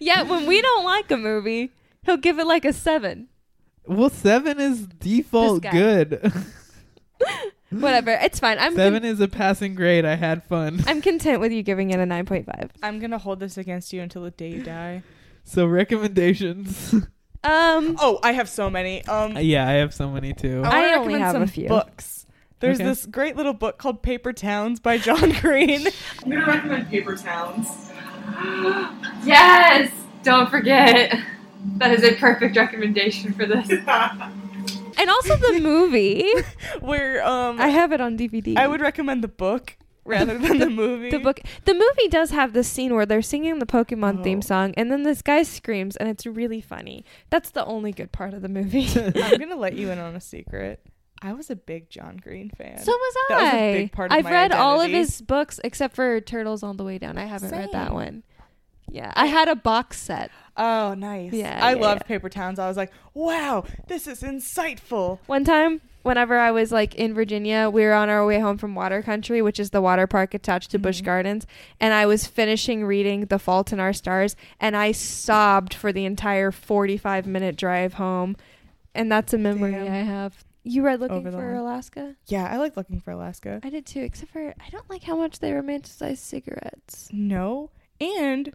S1: Yet when we don't like a movie, he'll give it like a seven.
S3: well, seven is default
S1: This guy.
S3: good.
S1: Whatever, it's fine. I'm con-
S3: seven is a passing grade. I had fun.
S1: I'm content with you giving it a nine point five.
S2: I'm gonna hold this against you until the day you die.
S3: So recommendations.
S1: Um,
S2: Oh, I have so many. Um,
S3: yeah, I have so many too.
S1: I
S2: wanna
S1: only
S2: recommend
S1: have a
S2: some
S1: few.
S2: books. There's
S3: Okay.
S2: this great little book called Paper Towns by John Green.
S6: I'm gonna recommend Paper Towns.
S10: Yes! Don't forget. That is a perfect recommendation for this.
S1: and also the movie.
S2: where um
S1: I have it on DVD.
S2: I would recommend the book rather than the, movie.
S1: the book. The movie does have this scene where they're singing the Pokemon
S2: Oh.
S1: theme song, and then this guy screams, and it's really funny. That's the only good part of the movie. so
S2: I'm gonna let you in on a secret. I was a big John Green fan.
S1: was I.
S2: That was a big part of
S1: I've
S2: my
S1: read all of
S2: identity.
S1: his books except for Turtles All the Way Down. I haven't read that
S2: Same.
S1: one. Yeah, I had a box set.
S2: oh, nice.
S1: Yeah,
S2: I
S1: yeah,
S2: loved
S1: yeah.
S2: Paper Towns. I was like, wow, this is insightful.
S1: One time, whenever I was like in Virginia, we were on our way home from Water Country, which is the water park attached to Busch Gardens, and I was finishing reading The Fault in Our Stars, and I sobbed for the entire 45 minute drive home. And that's a memory
S2: Damn.
S1: I have. You read Looking
S2: Over the
S1: for
S2: line.
S1: Alaska?
S2: Yeah, I like looking for Alaska.
S1: I did too, except for I don't like how much they romanticize cigarettes.
S2: No, and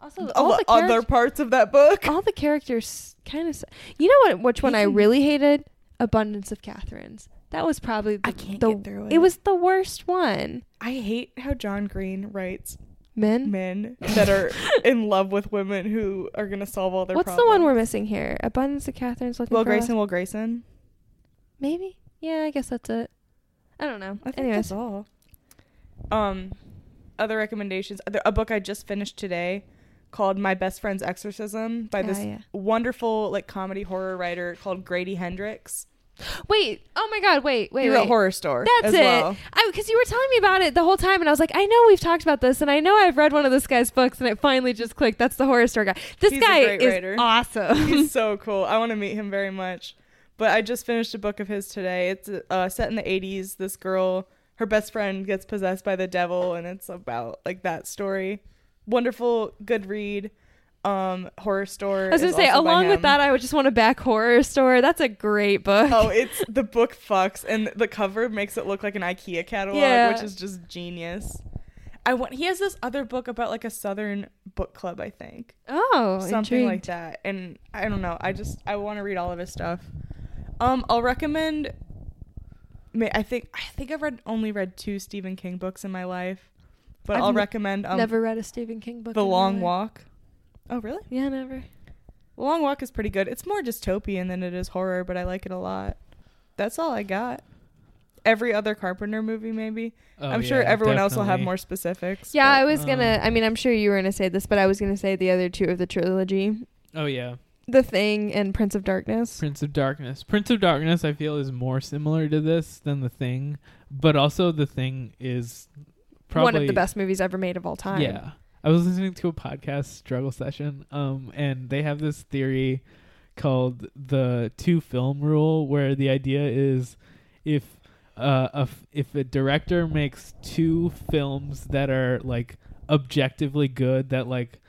S1: Also, all
S2: all
S1: Oh, the Oh.
S2: other
S1: characters,
S2: parts of that book.
S1: all the characters kind of. You know what? Which one I
S2: can-
S1: really hated? Abundance of Catherines. That was probably the,
S2: I can't
S1: the-
S2: get through
S1: It
S2: it.
S1: was the worst one.
S2: I hate how John Green writes
S1: Men.
S2: men that are in love with women who are gonna solve all their
S1: What's
S2: problems.
S1: the one we're missing here? Abundance of Catherine's looking
S2: Will
S1: for
S2: Grayson?
S1: Alaska-
S2: Will Grayson?
S1: Maybe. Yeah, I guess that's it. I don't know.
S2: I think
S1: Anyways,
S2: that's all. Um, other recommendations. Other- A book I just finished today called My Best Friend's Exorcism by
S1: Ah,
S2: this
S1: yeah.
S2: wonderful like comedy horror writer called Grady Hendrix.
S1: wait. Oh my God. Wait. Wait.
S2: he
S1: wait.
S2: wrote Horror Store.
S1: That's
S2: as
S1: it.
S2: Well.
S1: Because you were telling me about it the whole time, and I was like, I know we've talked about this, and I know I've read one of this guy's books, and it finally just clicked. That's the horror store guy. This
S2: He's a
S1: guy
S2: great
S1: is
S2: writer.
S1: awesome.
S2: He's so cool. I want to meet him very much. But I just finished a book of his today. It's uh, set in the 80s. This girl, her best friend gets possessed by the devil, and it's about like that story. Wonderful, good read. Um, horror store.
S1: I was gonna say, along with that, I would just want to back horror store. That's a great book.
S2: oh, it's the book fucks, and the cover makes it look like an IKEA catalog,
S1: Yeah.
S2: which is just genius. I want. He has this other book about like a southern book club, I think,
S1: oh,
S2: something
S1: intrigued.
S2: like that. And I don't know. I just I want to read all of his stuff. Um, I'll recommend. ma- I think I think I've read only read two Stephen King books in my life, but
S1: I've
S2: i will
S1: n-
S2: recommend um
S1: never read a Stephen King book.
S2: the
S1: in my
S2: Long
S1: life.
S2: Walk. Oh really?
S1: Yeah, never.
S2: The Long Walk is pretty good. It's more dystopian than it is horror, but I like it a lot. That's all I got. Every other Carpenter movie, maybe.
S3: Oh,
S2: I'm sure
S3: yeah,
S2: everyone else will have
S3: definitely.
S2: more specifics.
S1: Yeah,
S2: but-
S1: I was gonna. I mean, I'm sure you were gonna say this, but I was gonna say the other two of the trilogy,
S3: Oh yeah,
S1: The Thing and Prince of Darkness.
S3: Prince of Darkness. Prince of Darkness, I feel, is more similar to this than The Thing, but also The Thing is probably
S1: One of the best movies ever made of all time.
S3: Yeah. I was listening to a podcast struggle session, um, and they have this theory called the two film rule, where the idea is if uh, a f- if a director makes two films that are like objectively good, that like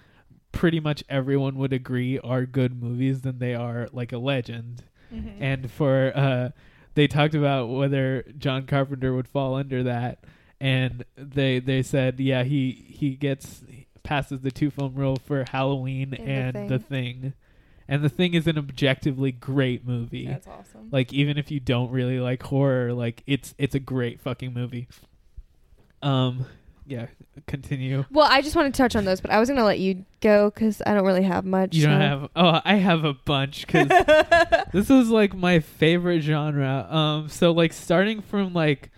S3: pretty much everyone would agree are good movies, then they are like a legend.
S2: Mhm.
S3: And for uh, they talked about whether John Carpenter would fall under that, and they they said, yeah, he he gets passes the two film rule for Halloween
S2: And
S3: and,
S2: The
S3: the, thing. and the thing is an objectively great movie.
S2: That's awesome.
S3: Like even if you don't really like horror, like it's it's a great fucking movie. Um, yeah, continue.
S1: Well, I just want to touch on those, but I was gonna let you go because I don't really have much.
S3: You don't
S1: so-
S3: have. Oh, I have a bunch because this is like my favorite genre. Um, so like starting from like,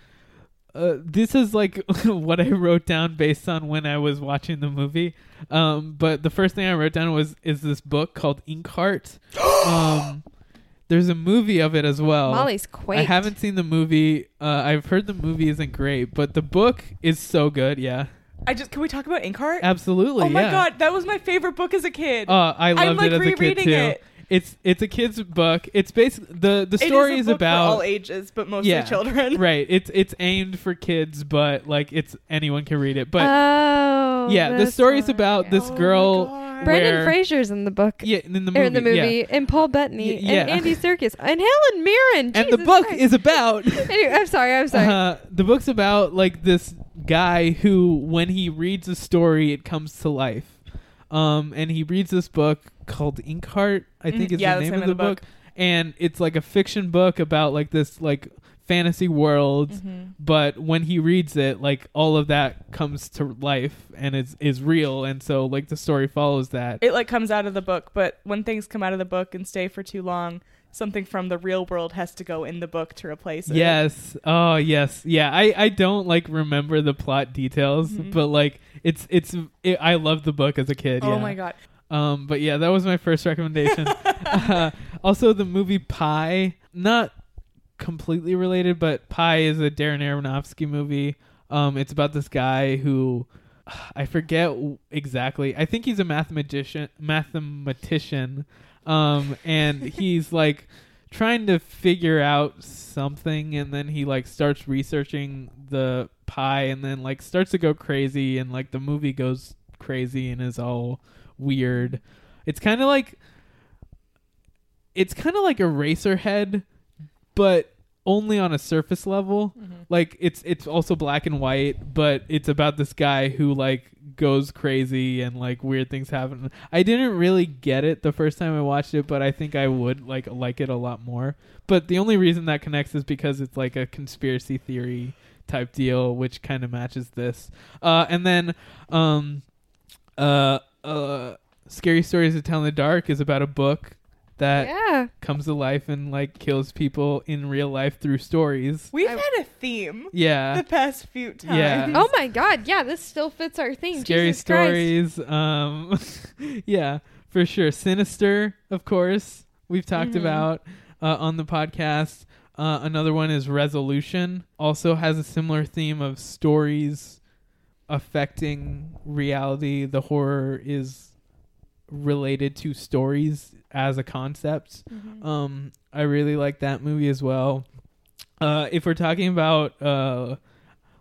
S3: uh, this is like what I wrote down based on when I was watching the movie. Um, but the first thing I wrote down was is this book called Inkheart. um, there's a movie of it as well.
S1: Molly's
S3: oh, I
S1: quaked.
S3: haven't seen the movie. Uh, I've heard the movie isn't great, but the book is so good. Yeah,
S2: I just can we talk about Inkheart?
S3: absolutely.
S2: Oh my
S3: yeah.
S2: god, that was my favorite book as a kid.
S3: Oh, I
S2: I'm,
S3: loved
S2: like,
S3: it as a kid
S2: rereading
S3: too.
S2: it.
S3: It's it's a kid's book. It's basically the the
S2: It is a
S3: story is,
S2: book for
S3: about
S2: all ages, but mostly children.
S3: right. It's it's aimed for kids, but like it's anyone can read it. But
S1: Oh,
S3: yeah, the
S1: this
S3: story is about
S2: Oh
S3: this girl.
S1: Brendan
S3: where-
S1: Fraser's in the book.
S3: Yeah, in the
S1: Or in the
S3: movie, yeah.
S1: movie, and Paul Bettany,
S3: Y- yeah.
S1: and Andy Serkis, and Helen Mirren.
S3: And the
S1: Jesus
S3: book
S1: Christ.
S3: is about
S1: Anyway, I'm sorry. I'm sorry.
S3: Uh, the book's about like this guy who, when he reads a story, it comes to life. Um, and he reads this book called Inkheart, I think
S2: Mhm.
S3: is
S2: Yeah,
S3: the
S2: that's
S3: name of the, book. And it's like a fiction book about like this like fantasy world.
S2: Mhm.
S3: But when he reads it, like all of that comes to life and is is real. And so like the story follows that.
S2: It like comes out of the book, but when things come out of the book and stay for too long, something from the real world has to go in the book to replace it.
S3: Yes. Oh, yes. Yeah. I, I don't like remember the plot details,
S2: Mhm.
S3: but like it's it's it, I loved the book as a kid.
S2: Oh
S3: yeah.
S2: my God.
S3: Um. But yeah, that was my first recommendation. uh, also, the movie Pie. Not completely related, but Pie is a Darren Aronofsky movie. Um. It's about this guy who. I forget w- exactly. I think he's a mathematician. Mathematician, um, and he's like trying to figure out something, and then he like starts researching the pie, and then like starts to go crazy, and like the movie goes crazy and is all weird. It's kind of like it's kind of like Eraserhead, but only on a surface level. Like it's it's also black and white, but it's about this guy who like goes crazy and like weird things happen. I didn't really get it the first time I watched it, but I think I would like like it a lot more. But the only reason that connects is because it's like a conspiracy theory type deal, which kind of matches this. Uh, and then um, uh, uh, Scary Stories to Tell in the Dark is about a book that
S1: Yeah.
S3: comes to life and like kills people in real life through stories.
S2: We've had a theme
S3: Yeah.
S2: the past few times.
S3: Yeah.
S1: Oh my God! Yeah, this still fits our theme.
S3: Scary
S1: Jesus Christ.
S3: stories. Um yeah, for sure. Sinister, of course. We've talked
S1: Mhm.
S3: about uh, on the podcast. Uh, another one is Resolution. Also has a similar theme of stories affecting reality. The horror is related to stories as a concept.
S1: Mm-hmm.
S3: Um, I really like that movie as well. Uh, if we're talking about uh,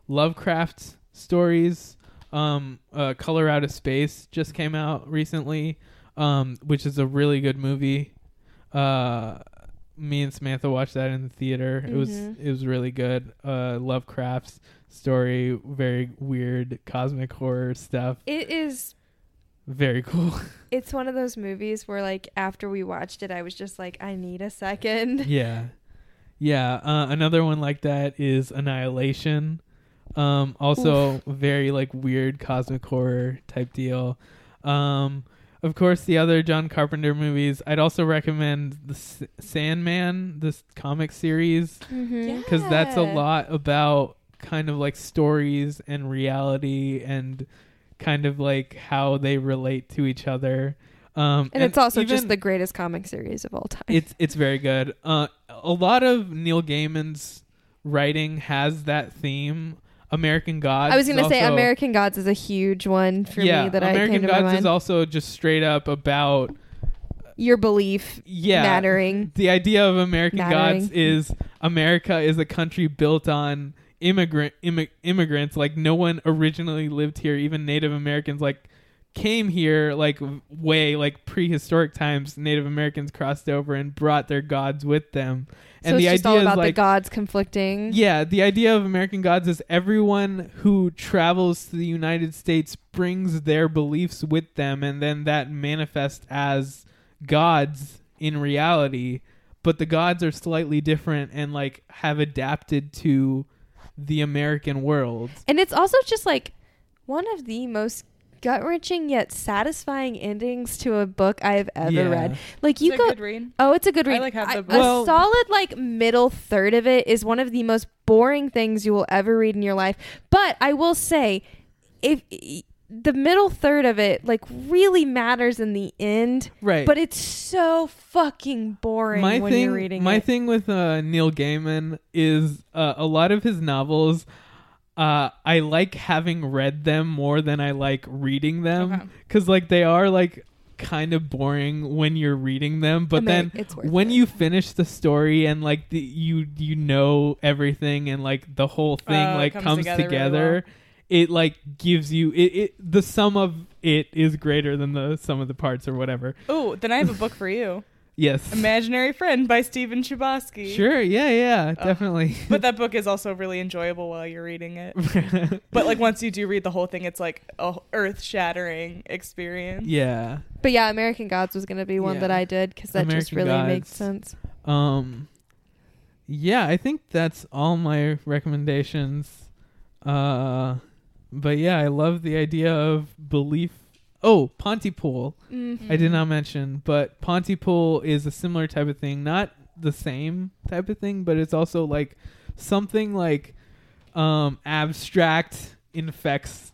S3: Lovecraft stories, um, uh, Color Out of Space just came out recently, um, which is a really good movie. Uh, me and Samantha watched that in the theater. It was
S1: Mhm.
S3: it was really good. Uh, Lovecraft's story, very weird cosmic horror stuff.
S1: It is.
S3: Very cool.
S1: It's one of those movies where, like, after we watched it, I was just like, I need a second.
S3: yeah yeah uh, another one like that is annihilation um also very like weird cosmic horror type deal um Of course, the other John Carpenter movies. I'd also recommend the S- Sandman, this comic series, because
S1: Mhm.
S3: that's a
S1: Yeah.
S3: lot about kind of like stories and reality and kind of like how they relate to each other. Um,
S1: And, it's also
S3: even-
S1: just the greatest comic series of all time.
S3: it's it's very good. Uh, a lot of Neil Gaiman's writing has that theme. American Gods.
S1: I was going to
S3: is
S1: say
S3: also-
S1: American Gods is a huge one for
S3: yeah,
S1: me that I
S3: American
S1: came to
S3: Gods
S1: my mind.
S3: is also just straight up about
S1: Your belief
S3: yeah
S1: mattering.
S3: The idea of American
S1: Mattering.
S3: Gods is America is a country built on immigrant immi- immigrants. Like no one originally lived here. Even Native Americans like came here like way like prehistoric times. Native Americans crossed over and brought their gods with them.
S1: So
S3: And
S1: it's
S3: the
S1: just
S3: idea
S1: all about
S3: is like
S1: the gods conflicting.
S3: yeah, the idea of American Gods is everyone who travels to the United States brings their beliefs with them, and then that manifests as gods in reality. But the gods are slightly different and like have adapted to the American world.
S1: And it's also just like one of the most gut wrenching yet satisfying endings to a book I've ever
S3: Yeah.
S1: read. Like you
S2: it a
S1: go
S2: good read?
S1: Oh, it's a good
S2: I
S1: read.
S2: like half the
S1: a
S2: book. Well-
S1: solid like middle third of it is one of the most boring things you will ever read in your life. But I will say if e, the middle third of it like really matters in the end.
S3: Right.
S1: But it's so fucking boring
S3: my
S1: when
S3: thing,
S1: you're reading
S3: my
S1: it.
S3: thing with uh, Neil Gaiman is uh, a lot of his novels. Uh, I like having read them more than I like reading them because like they are like kind of boring when you're reading them, but
S1: I mean,
S3: then
S1: it's worth
S3: when you finish the story and like the, you you know everything and like the whole thing
S2: Oh, it
S3: like
S2: comes
S3: comes
S2: together
S3: together.
S2: really
S3: It like gives you it, it the sum of it is greater than the sum of the parts or whatever.
S2: Oh, then I have a book for you.
S3: Yes.
S2: Imaginary Friend by Stephen Chbosky.
S3: Sure. Yeah. Yeah. Definitely.
S2: But that book is also really enjoyable while you're reading it. but like once you do read the whole thing, it's like a earth-shattering experience.
S3: yeah.
S1: But yeah, American Gods was going to be one
S3: Yeah.
S1: that I did cuz that just
S3: American
S1: really
S3: Gods.
S1: makes sense.
S3: Um. Yeah, I think that's all my recommendations. Uh, but yeah, I love the idea of belief. Oh, Pontypool.
S1: Mhm.
S3: I did not mention, but Pontypool is a similar type of thing. Not the same type of thing, but it's also like something like um abstract infects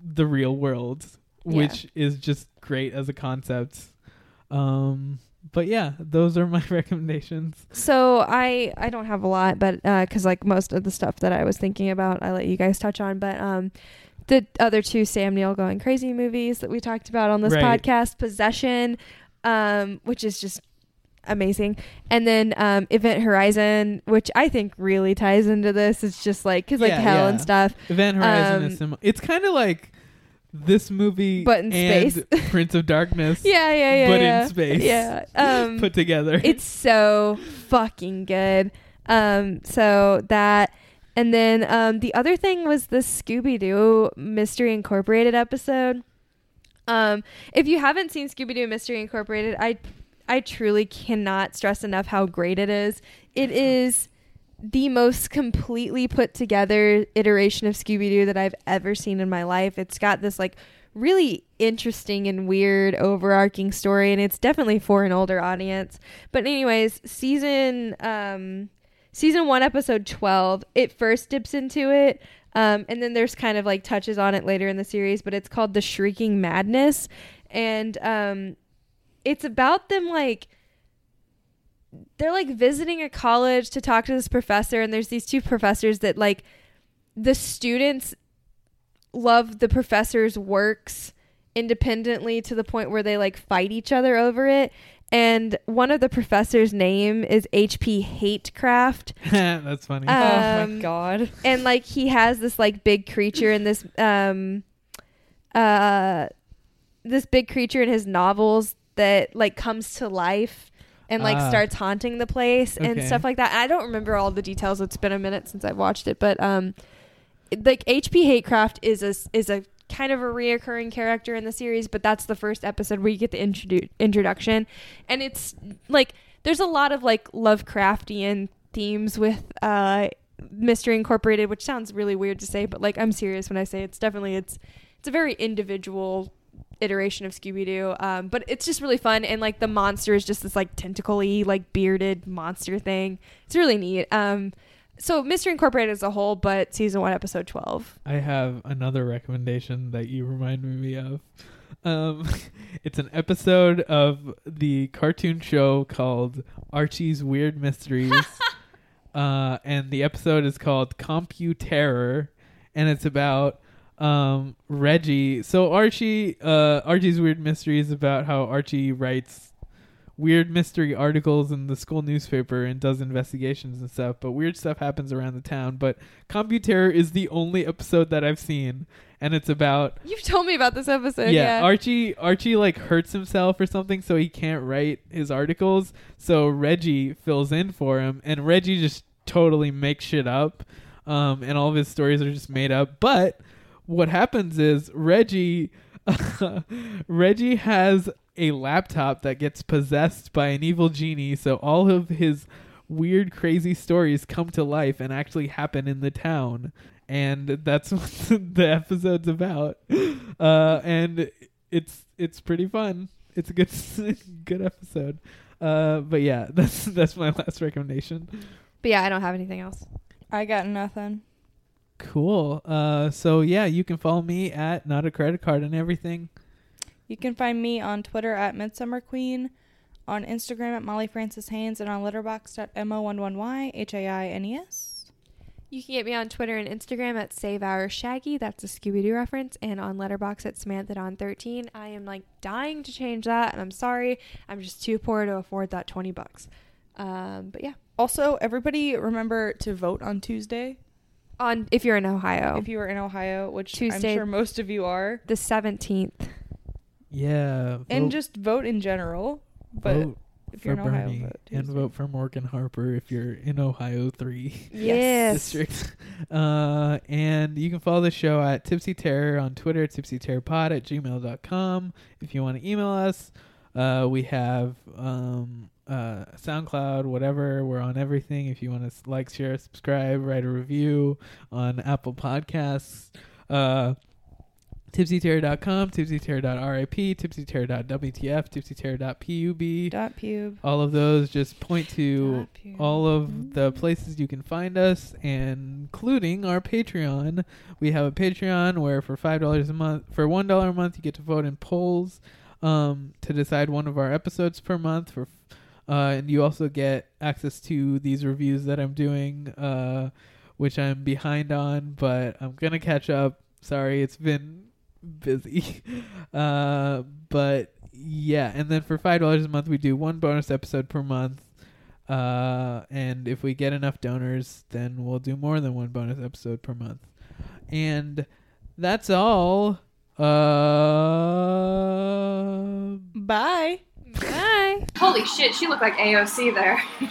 S3: the real world,
S1: Yeah.
S3: which is just great as a concept. Um but yeah, those are my recommendations.
S1: So I I don't have a lot, but because like most of the stuff that I was thinking about, I let you guys touch on. But um, the other two Sam Neill going crazy movies that we talked about on this
S3: Right.
S1: podcast, Possession, um, which is just amazing, and then um, Event Horizon, which I think really ties into this. It's just like because like
S3: Yeah,
S1: hell
S3: yeah.
S1: and stuff.
S3: Event Horizon
S1: Um,
S3: is similar. It's kind of like this movie
S1: But in
S3: and
S1: space.
S3: Prince of Darkness.
S1: Yeah, yeah, yeah.
S3: But
S1: yeah.
S3: in space.
S1: Yeah. Um,
S3: put together.
S1: It's so fucking good. Um, so that, and then um, the other thing was the Scooby Doo Mystery Incorporated episode. Um, if you haven't seen Scooby Doo Mystery Incorporated, I, I truly cannot stress enough how great it is. It is the most completely put together iteration of Scooby Doo that I've ever seen in my life. It's got this like really interesting and weird overarching story, and it's definitely for an older audience. But anyways, season um, season one, episode twelve, it first dips into it. Um, and then there's kind of like touches on it later in the series, but it's called The Shrieking Madness. And um, it's about them like they're like visiting a college to talk to this professor and there's these two professors that like the students love the professor's works independently to the point where they like fight each other over it and one of the professor's name is HP Hatecraft
S3: That's funny.
S2: Oh my
S1: Um,
S2: god.
S1: and like he has this like big creature in this um uh this big creature in his novels that like comes to life and like
S3: Ah.
S1: starts haunting the place and
S3: Okay.
S1: stuff like that. I don't remember all the details. It's been a minute since I've watched it, but um it- like HP Hatecraft is a s- is a kind of a reoccurring character in the series, but that's the first episode where you get the introdu- introduction, and it's like there's a lot of like Lovecraftian themes with uh, Mystery Incorporated, which sounds really weird to say, but like I'm serious when I say it's definitely it's it's a very individual iteration of Scooby Doo. Um, but it's just really fun, and like the monster is just this like tentacle-y, like bearded monster thing. It's really neat. Um, so Mystery Incorporated as a whole, but season one, episode twelve.
S3: I have another recommendation that you reminded me of. Um, it's an episode of the cartoon show called Archie's Weird Mysteries. uh, and the episode is called Computerror. And it's about um, Reggie. So Archie, uh, Archie's Weird Mystery is about how Archie writes weird mystery articles in the school newspaper and does investigations and stuff. But weird stuff happens around the town. But Computerror is the only episode that I've seen, and it's about
S1: you've told me about this episode.
S3: yeah,
S1: Yeah,
S3: Archie Archie like hurts himself or something, so he can't write his articles. So Reggie fills in for him, and Reggie just totally makes shit up, um, and all of his stories are just made up. But what happens is Reggie Reggie has a laptop that gets possessed by an evil genie, so all of his weird, crazy stories come to life and actually happen in the town. And that's what the episode's about. Uh, and it's it's pretty fun. It's a good good episode. Uh, but yeah, that's that's my last recommendation.
S1: but yeah, I don't have anything else.
S2: I got nothing.
S3: Cool. Uh, so yeah, you can follow me at not a credit card and everything.
S2: You can find me on Twitter at Midsummer Queen, on Instagram at Molly Francis Haynes, and on letterbox.mo11y, E H-A-I-N-E-S.
S1: You can get me on Twitter and Instagram at Save Our Shaggy. That's a Scooby Doo reference, and on Letterbox at Samantha Don thirteen. I am like dying to change that, and I'm sorry, I'm just too poor to afford that twenty bucks. Um, but yeah,
S2: Also, everybody remember to vote on Tuesday
S1: on if you're in Ohio,
S2: if you are in Ohio, which
S1: Tuesday.
S2: I'm sure most of you are.
S1: the seventeenth.
S3: Yeah.
S2: And
S3: vote-
S2: just vote in general. But
S3: vote
S2: if
S3: for
S2: you're in Ohio,
S3: Bernie
S2: vote
S3: and
S2: Tuesday.
S3: vote for Morgan Harper if you're in Ohio three
S1: Yes.
S3: district. Uh, and you can follow the show at Tipsy Terror on Twitter, Tipsy Terror Pod at gmail.com. If you want to email us, uh, we have um, uh, SoundCloud, whatever. We're on everything. If you want to like, share, subscribe, write a review on Apple Podcasts. Uh, tipsyterror.com, tipsyterror.rip, tipsyterror.wtf, tipsyterror.pub,
S2: Dot pube.
S3: all of those just point to
S2: Stop you. Mm-hmm.
S3: all of the places you can find us and including our patreon we have a patreon where for five dollars a month for one dollar a month you get to vote in polls um, to decide one of our episodes per month for uh, and you also get access to these reviews that i'm doing uh, which i'm behind on but i'm gonna catch up sorry it's been busy uh, but yeah, and then for five dollars a month, we do one bonus episode per month. Uh, and if we get enough donors, then we'll do more than one bonus episode per month. And that's all. Uh,
S2: Bye.
S1: Bye.
S10: Holy shit, she looked like AOC there.